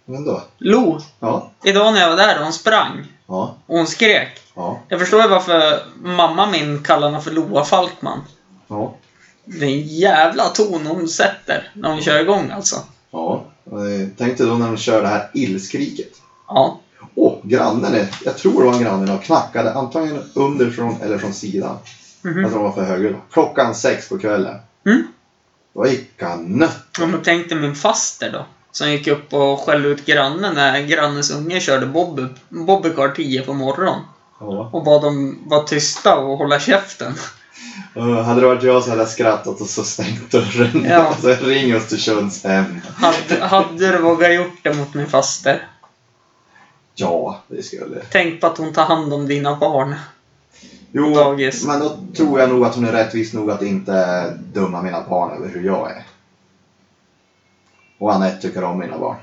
S3: Men då?
S1: Lo,
S3: Ja.
S1: idag när jag var där, hon sprang.
S3: Ja.
S1: Och hon skrek.
S3: Ja.
S1: Jag förstår ju varför mamma min kallar henne för Loa Falkman.
S3: Ja.
S1: Det är en jävla ton hon sätter när hon kör igång alltså.
S3: ja. Och, eh, Tänk dig då när de kör det här illskriket.
S1: Ja.
S3: Åh, grannen är, jag tror det var en granne, de knackade antingen underifrån eller från sidan.
S1: Mhm.
S3: Jag tror de var för höger. Klockan sex på kvällen.
S1: Mm.
S3: Då gick han nött.
S1: Ja, men tänk dig min faster då. Som gick upp och skällde ut grannen när grannens unge körde bob- Bobbycar 10 på morgonen.
S3: Ja.
S1: Och bad dem vara tysta och hålla käften.
S3: Uh, hade det varit jag så hade jag skrattat och så stängt dörren.
S1: Ja.
S3: så ring Östersunds hem.
S1: Hade, hade du vågat gjort det mot min faster?
S3: Ja, det skulle
S1: Tänk på att hon tar hand om dina barn.
S3: Jo,
S1: Dagis.
S3: men då tror jag nog att hon är rättvis nog att inte döma mina barn över hur jag är. Och Anette tycker om mina barn.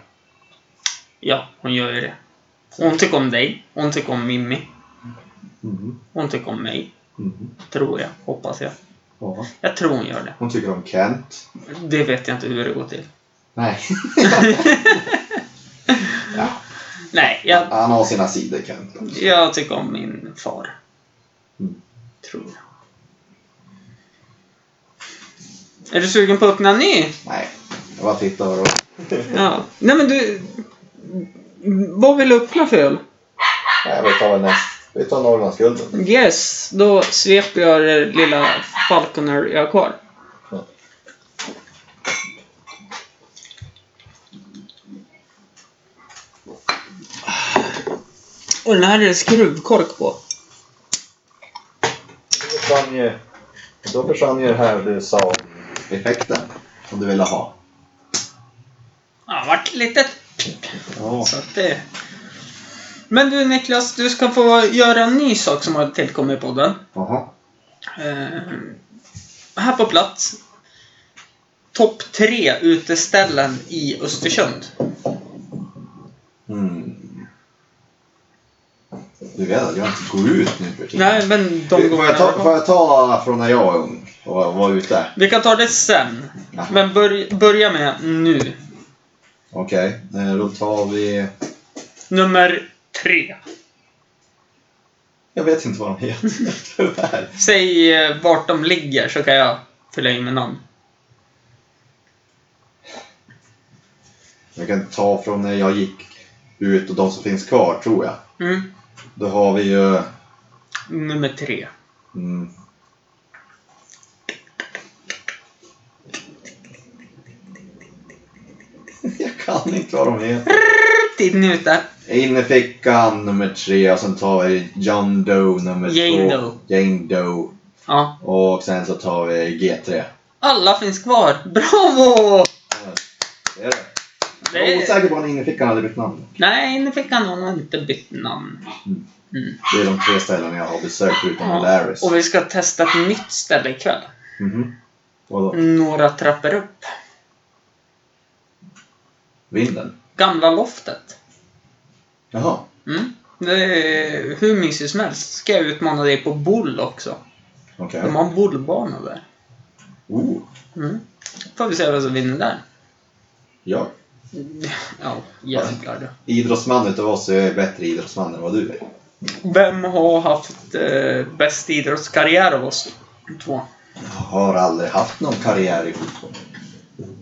S1: Ja, hon gör ju det. Hon tycker om dig. Hon tycker om Mimmi.
S3: Mm.
S1: Hon tycker om mig.
S3: Mm.
S1: Tror jag. Hoppas jag.
S3: Ja.
S1: Jag tror hon gör det.
S3: Hon tycker om Kent.
S1: Det vet jag inte hur det går till.
S3: Nej. ja,
S1: Nej, jag,
S3: han har sina sidor, Kent.
S1: jag tycker om min far.
S3: Mm.
S1: Tror jag. Är du sugen på att öppna en ny?
S3: Nej, jag bara tittar och...
S1: Ja. Nej men du... Vad vill du öppna för öl?
S3: Nej, vi tar näst. Vi tar Norrlandsgulden.
S1: Yes, då sveper jag det lilla Falconer jag har kvar.
S3: Ja.
S1: Och den här är det skruvkork på.
S3: Då försvann ju, då försvann ju det här du sa om effekten som du ville ha.
S1: Ja, det vart lite
S3: Ja.
S1: så att det... Men du Niklas, du ska få göra en ny sak som har tillkommit i podden.
S3: Jaha.
S1: Eh, här på plats. Topp tre uteställen i Östersund.
S3: Mm. Du vet att jag inte går ut nu för tiden.
S1: Nej, men de
S3: får, jag ta, får
S1: gångerna.
S3: jag ta från när jag var ung och var ute?
S1: Vi kan ta det sen.
S3: Ja.
S1: Men börj, börja med nu.
S3: Okej, eh, då tar vi...
S1: Nummer tre.
S3: Jag vet inte vad de heter, tyvärr.
S1: Säg eh, vart de ligger så kan jag fylla in med namn.
S3: Jag kan ta från när jag gick ut och de som finns kvar, tror jag.
S1: Mm.
S3: Då har vi ju...
S1: Nummer tre.
S3: Mm. Jag kan inte vad de heter.
S1: Tiden är ute.
S3: Innefickan nummer tre och sen tar vi John Doe nummer
S1: Jane
S3: två.
S1: Doe.
S3: Jane Doe.
S1: Ja.
S3: Och sen så tar vi G3.
S1: Alla finns kvar. Bravo!
S3: Det är det. Jag
S1: Det
S3: var
S1: är...
S3: osäker på om innefickan hade bytt namn.
S1: Nej, nu fick han nog inte bytt namn.
S3: Det är de tre ställen jag har besökt förutom
S1: Ja.
S3: Polaris.
S1: Och vi ska testa ett nytt ställe ikväll.
S3: Mhm. Vadå?
S1: Några trappor upp.
S3: Vinden?
S1: Gamla loftet.
S3: Jaha.
S1: Mm. Det är hur mysigt som helst. Ska jag utmana dig på boll också.
S3: Okej.
S1: De har en bollbana där.
S3: Oh,
S1: Mm. Får vi se vem som vinner där.
S3: ja.
S1: Ja, jävlar.
S3: Idrottsman utav oss är bättre idrottsman än vad du är.
S1: Vem har haft eh, bäst idrottskarriär av oss två?
S3: Jag har aldrig haft någon karriär i fotboll.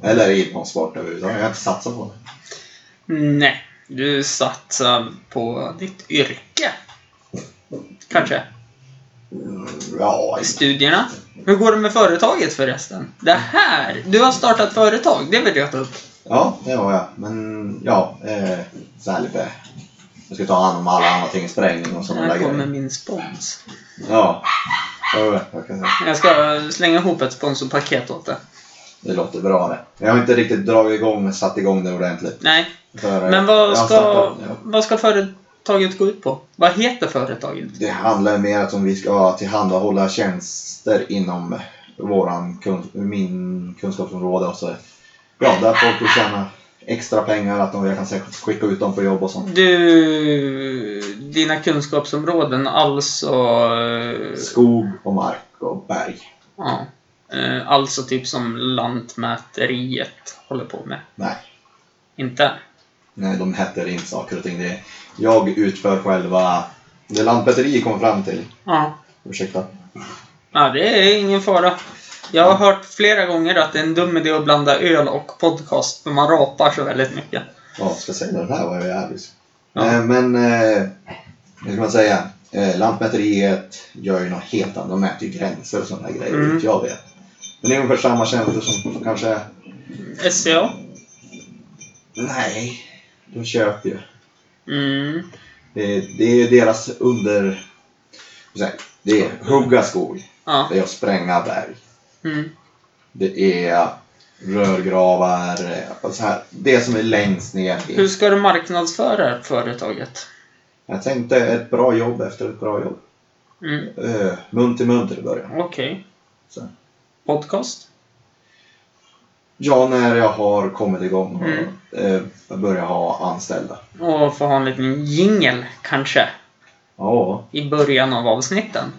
S3: Eller i någon sport överhuvudtaget. Jag har inte satsat på det.
S1: Nej, du satsar på ditt yrke. Kanske.
S3: Ja,
S1: Studierna. Hur går det med företaget förresten? Det här! Du har startat företag, det vill jag ta upp.
S3: ja det har jag. Men ja, eh, så här lite. Jag ska ta hand om alla andra ting. Sprängning och sådana där
S1: Här kommer
S3: grejer.
S1: min spons.
S3: Ja. Ja, jag kan säga.
S1: Jag ska slänga ihop ett sponsorpaket åt det.
S3: Det låter bra det. Jag har inte riktigt dragit igång, satt igång det ordentligt.
S1: Nej,
S3: För, eh,
S1: men
S3: jag
S1: vad
S3: har
S1: ska,
S3: startat- ja.
S1: vad ska företaget gå ut på? Vad heter företaget?
S3: Det handlar mer om att vi ska tillhandahålla tjänster inom våran, kun- min kunskapsområde och så. Ja, där folk vill tjäna extra pengar, att de, jag kan säkert skicka ut dem på jobb och sånt.
S1: Du, dina kunskapsområden, alltså... eh,
S3: Skog och mark och berg.
S1: Ja. Eh, Alltså typ som Lantmäteriet håller på med.
S3: Nej,
S1: Inte?
S3: nej de heter inte saker och ting. Det är, jag utför själva det Lantmäteriet kom fram till.
S1: Ja.
S3: Ursäkta.
S1: ja. Det är ingen fara. Jag har hört flera gånger att det är en dum idé att blanda öl och podcast, för man rapar så väldigt mycket.
S3: Ja, speciellt den här var ju jävligt.
S1: Ja.
S3: Eh, Men, eh, hur ska man säga? Eh, Lantmäteriet gör ju något helt annat. De mäter ju gränser och sådana här grejer,
S1: Mm.
S3: inte jag vet. Men det är ungefär samma tjänster som kanske...
S1: SCA?
S3: Nej, de köper ju.
S1: Mm.
S3: Det är, det är ju deras under... vad säger jag? Det är hugga skog,
S1: Ja.
S3: det är att spränga berg,
S1: Mm.
S3: det är rörgravar eh, och så här. Det som är längst ner.
S1: Hur
S3: i-
S1: ska du marknadsföra företaget?
S3: Jag tänkte ett bra jobb efter ett bra jobb.
S1: Mm.
S3: Eh, mun till mun till i början.
S1: Okej.
S3: Så.
S1: Podcast?
S3: Ja, när jag har kommit igång och
S1: Mm.
S3: eh, börjar ha anställda.
S1: Och få ha en liten jingel, kanske,
S3: Ja,
S1: i början av avsnitten.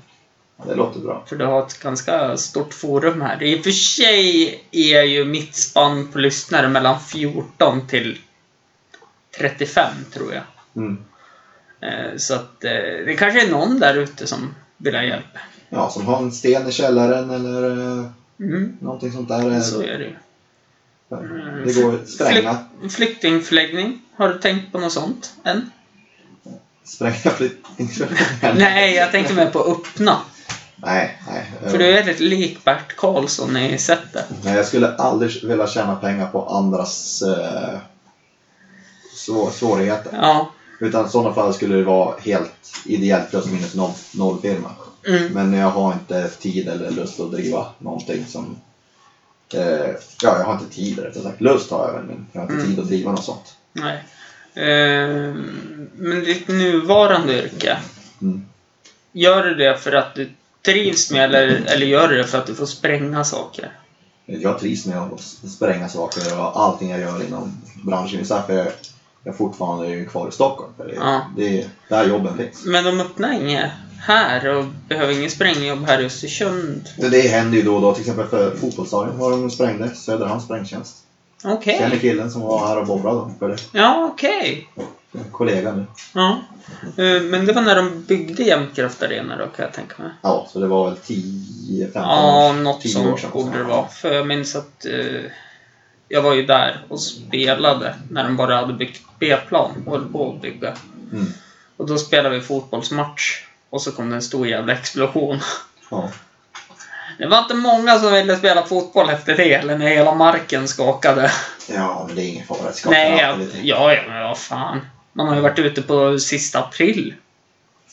S3: det låter bra.
S1: För du har ett ganska stort forum här. I och för sig är ju mitt spann på lyssnare mellan 14 till 35 tror jag.
S3: Mm.
S1: Eh, Så att eh, det kanske är någon där ute som vill ha hjälp.
S3: Ja, som har en sten i källaren eller eh,
S1: Mm.
S3: någonting sånt där. eh,
S1: Så är det ju. Mm.
S3: Det går att spränga,
S1: Flyk- Flyktingförläggning, har du tänkt på något sånt än?
S3: spränga flytt...
S1: Nej, jag tänkte mer på öppna.
S3: Nej, nej. eh,
S1: För du är lite lik Bert Karlsson i sättet.
S3: nej. Jag skulle aldrig vilja tjäna pengar på andras eh, svå- svårigheter.
S1: Ja.
S3: Utan i sådana fall skulle det vara helt ideellt plus minus noll, noll firma.
S1: Mm.
S3: Men jag har inte tid eller lust att driva någonting som... Eh, ja, jag har inte tid rättare sagt. Lust har jag väl, men jag har inte
S1: Mm.
S3: tid att driva något sånt.
S1: Nej. Eh, Men ditt nuvarande yrke,
S3: Mm.
S1: Gör du det för att du trivs med eller, eller gör du det för att du får spränga saker?
S3: Jag trivs med att s- spränga saker och allting jag gör inom branschen. Så här, för jag jag fortfarande är ju kvar i Stockholm. För det,
S1: Ja.
S3: det är där jobben finns.
S1: Men de öppnar inget här och behöver ingen sprängjobb här i Östersund.
S3: Det, det händer ju då och då. Till exempel för fotbollsdagen var de sprängde Söderhamns sprängtjänst.
S1: Okej.
S3: Känner killen som var här och bobbade då för det.
S1: Ja, okej.
S3: En kollega nu.
S1: Ja. Eh, Men det var när de byggde Jämtkraft Arena då, kan jag tänka mig.
S3: Ja, så det var väl 10-15
S1: Ja, något
S3: tio år sedan.
S1: sånt borde det vara. För jag minns att eh, jag var ju där och spelade när de bara hade byggt B-plan och höll på att bygga.
S3: Mm.
S1: Och då spelade vi fotbollsmatch. Och så kom det en stor jävla explosion.
S3: Ja.
S1: Det var inte många som ville spela fotboll efter det, eller när hela marken skakade.
S3: ja, men det är ingen fara. Det skapar
S1: Nej, jag,
S3: alltid lite-
S1: ja, ja, men vad fan. Man har ju varit ute på sista april.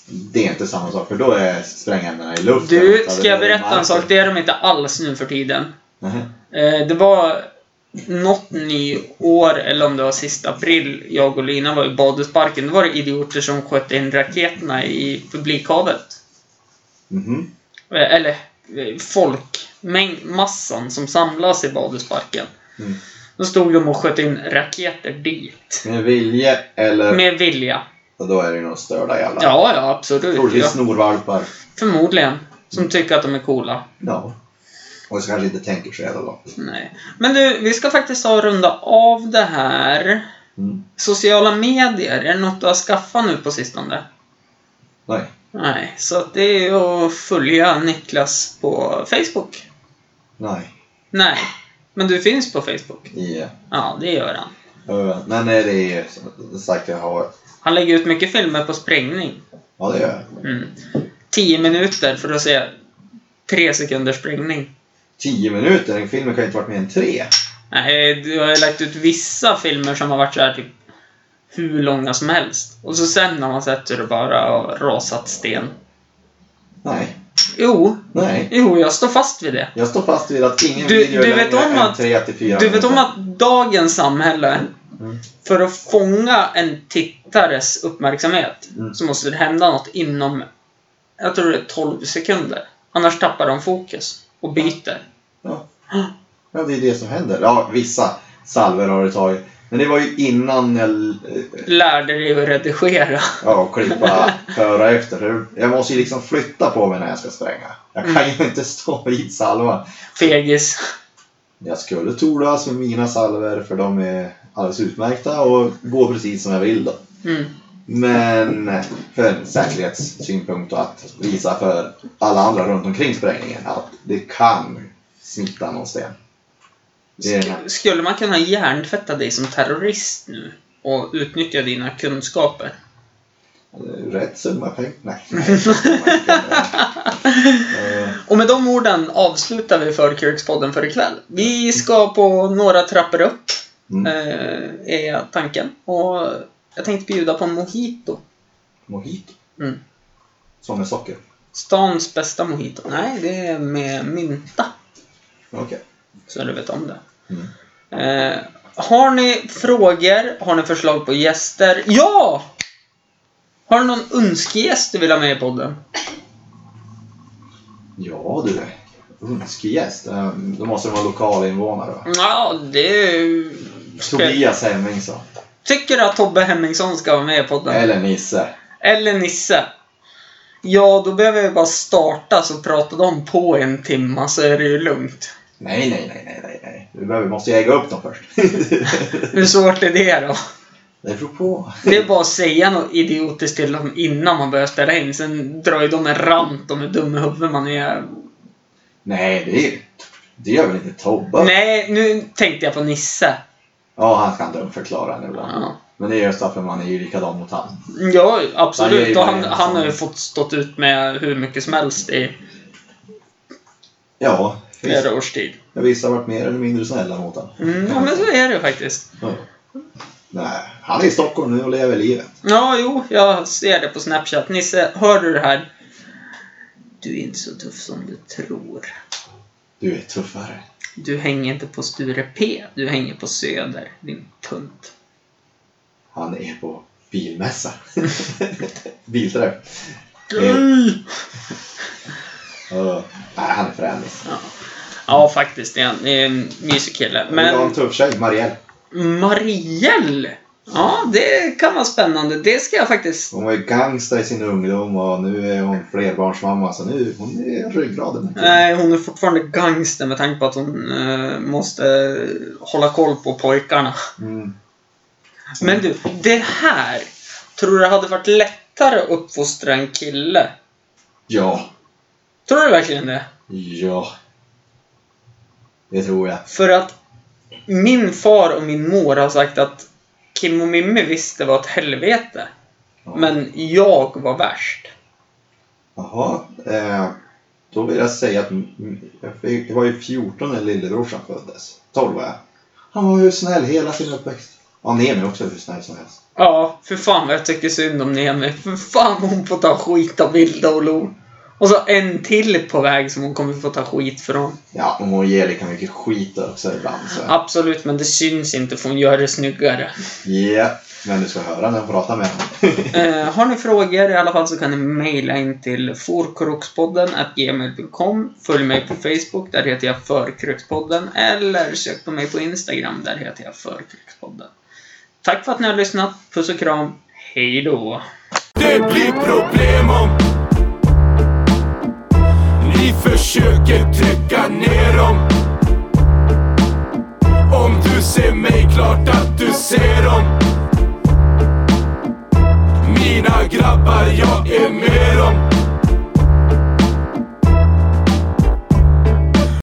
S3: Det är inte samma sak för då är sprängämnena i luften.
S1: Du,
S3: Så det
S1: ska jag
S3: är i
S1: berätta
S3: marken.
S1: en sak? Det är de inte alls nu för tiden.
S3: Nej.
S1: Eh, Det var något nyår, eller om det var sista april, jag och Lina var i badhusparken. Då var det idioter som sköt in raketerna i publikhavet.
S3: Mhm.
S1: Eh, Eller eh, folk, mäng- massan som samlas i badhusparken.
S3: Mm.
S1: Då stod de och sköt in raketer dit.
S3: Med vilje eller...
S1: Med vilja.
S3: Och då är det ju några störda jävla...
S1: Ja, ja, absolut.
S3: Troligtvis
S1: Ja,
S3: snorvalpar.
S1: förmodligen. Som tycker att de är coola.
S3: Ja. Och så kanske inte tänker så jävla långt.
S1: Nej. Men du, vi ska faktiskt ta och runda av det här.
S3: Mm.
S1: Sociala medier, är det något du har skaffat nu på sistone?
S3: Nej.
S1: Nej, så att det är ju att följa Niklas på Facebook.
S3: Nej.
S1: Nej, men du finns på Facebook.
S3: Ja.
S1: Ja, det gör han.
S3: Eh, Men nej, det är ju som sagt, jag har...
S1: Han lägger ut mycket filmer på sprängning.
S3: Ja, det gör jag.
S1: Mm. 10 minuter för att se tre sekunders sprängning.
S3: Tio minuter, en film kan ju inte varit mer än tre.
S1: Nej, du har ju lagt ut vissa filmer som har varit så här typ hur långa som helst. Och så sen har man sett hur det bara har rasat sten.
S3: Nej.
S1: Jo,
S3: Nej.
S1: jo, jag står fast vid det.
S3: Jag står fast vid att ingen
S1: Du-
S3: video är
S1: du vet
S3: längre
S1: om
S3: än
S1: att-
S3: tre till fyra
S1: Du vet om
S3: minuter.
S1: att dagens samhälle,
S3: Mm.
S1: för att fånga en tittares uppmärksamhet,
S3: Mm.
S1: så måste det hända något inom, jag tror det är 12 sekunder. Annars tappar de fokus och byter.
S3: Ja. ja, det är det som händer. Ja, vissa salver har det tagit. Men det var ju innan jag eh,
S1: Lärde dig att redigera.
S3: ja, och klippa föra efter. För Jag måste ju liksom flytta på mig när jag ska spränga. Jag kan ju inte stå i salvan.
S1: Fegis.
S3: Jag skulle tordas med mina salver för de är alldeles utmärkta och går precis som jag vill då.
S1: Mm.
S3: Men eh, för säkerhetssynpunkt och att visa för alla andra runt omkring sprängningen att det kan smitta någon sten. Det är den här-
S1: Skulle man kunna hjärntvätta dig som terrorist nu? Och utnyttja dina kunskaper?
S3: Eh, Rätt summa pengar? Nej. nej. Eh,
S1: Och med de orden avslutar vi Förkrökspodden för ikväll. Vi ska på några trappor upp,
S3: Mm.
S1: eh, är tanken. Och jag tänkte bjuda på en mojito.
S3: Mojito.
S1: Mm.
S3: Som med socker?
S1: Stans bästa mojito. Nej, det är med mynta. Mm.
S3: Okej.
S1: Så du vet om det.
S3: Mm.
S1: Eh, har ni frågor? Har ni förslag på gäster? Ja! Har du någon önskegäst du vill ha med i podden?
S3: Ja du. Önskegäst. Eh, Då måste de vara lokalinvånare
S1: Mm.
S3: va?
S1: Ja, det... är ju-
S3: Tobias Hemmingsson.
S1: Tycker du att Tobbe Henningsson ska vara med i podden?
S3: Eller Nisse.
S1: Eller Nisse. Ja, då behöver vi bara starta så pratar de på en timma så är det ju lugnt.
S3: Nej, nej, nej, nej, nej, nej. Vi behöver- måste ju äga upp dem först.
S1: Hur svårt är det då?
S3: det beror på.
S1: Det är bara att säga något idiotiskt till dem innan man börjar ställa in. Sen drar ju de en rant om hur dum i huvudet man är.
S3: Nej, det, är- det gör väl inte Tobbe?
S1: Nej, nu tänkte jag på Nisse.
S3: Ja, han kan dumförklara nu ibland.
S1: Ja,
S3: Men det är just därför man är ju likadan mot han.
S1: ja
S3: Ja, det är ju
S1: absolut. Och han,
S3: bara en
S1: han har ju
S3: sån.
S1: fått stått ut med hur mycket som helst i
S3: Ja, visst.
S1: flera års tid.
S3: Jag vissa har varit mer eller mindre snälla mot han.
S1: Mm, ja, men så är det ju faktiskt.
S3: Ja. Nej, han är i Stockholm nu och lever livet.
S1: Ja, jo, jag ser det på Snapchat. Nisse, hör du det här? Du är inte så tuff som du tror.
S3: Du är tuffare.
S1: Du hänger inte på Sture P. Du hänger på Söder, din tunt.
S3: Han är på bilmässa. Bilträff.
S1: Mm.
S3: Ja. Nej, han är fränis.
S1: Ja. ja, faktiskt. Det är en, det är en mysig kille.
S3: Men... Jag har
S1: Men
S3: en tuff tjej, Marielle.
S1: Marielle! Ja, det kan vara spännande. Det ska jag faktiskt...
S3: Hon var ju gangster i sin ungdom och nu är hon flerbarnsmamma så nu hon är ryggraden.
S1: Nej, hon är fortfarande gangster med tanke på att hon eh, måste eh, hålla koll på pojkarna.
S3: Mm.
S1: Men du, det här. Tror du det hade varit lättare att uppfostra en kille?
S3: Ja,
S1: Tror du verkligen det?
S3: ja. Det tror jag.
S1: För att min far och min mor har sagt att Kim och Mimmi visste var ett helvete.
S3: Ja.
S1: Men jag var värst.
S3: Jaha, eh, då vill jag säga att mm, jag fick, jag var ju 14 när lillebrorsan föddes. 12 var jag. Han var ju snäll hela sin uppväxt. Ja, Nemi också hur snäll som helst.
S1: Ja, för fan vad jag tycker synd om Nemi. För fan vad hon får ta skit av Vilda och Lo. Och så en till på väg som hon kommer få ta skit från.
S3: Ja, och hon ger lika mycket skit också ibland. Så. Ja,
S1: Absolut, men det syns inte för hon gör det snyggare.
S3: men du ska höra när jag pratar med henne.
S1: Eh, har ni frågor i alla fall så kan ni mejla in till forkrokspodden gmail.com Följ mig på Facebook, där heter jag Förkrokspodden. Eller sök på mig på Instagram, där heter jag Förkrokspodden. Tack för att ni har lyssnat. Puss och kram. Hej då!
S2: Det blir problem om ni försöker trycka ner dem. Om du ser mig, klart att du ser dem. Mina grabbar, jag är med dem.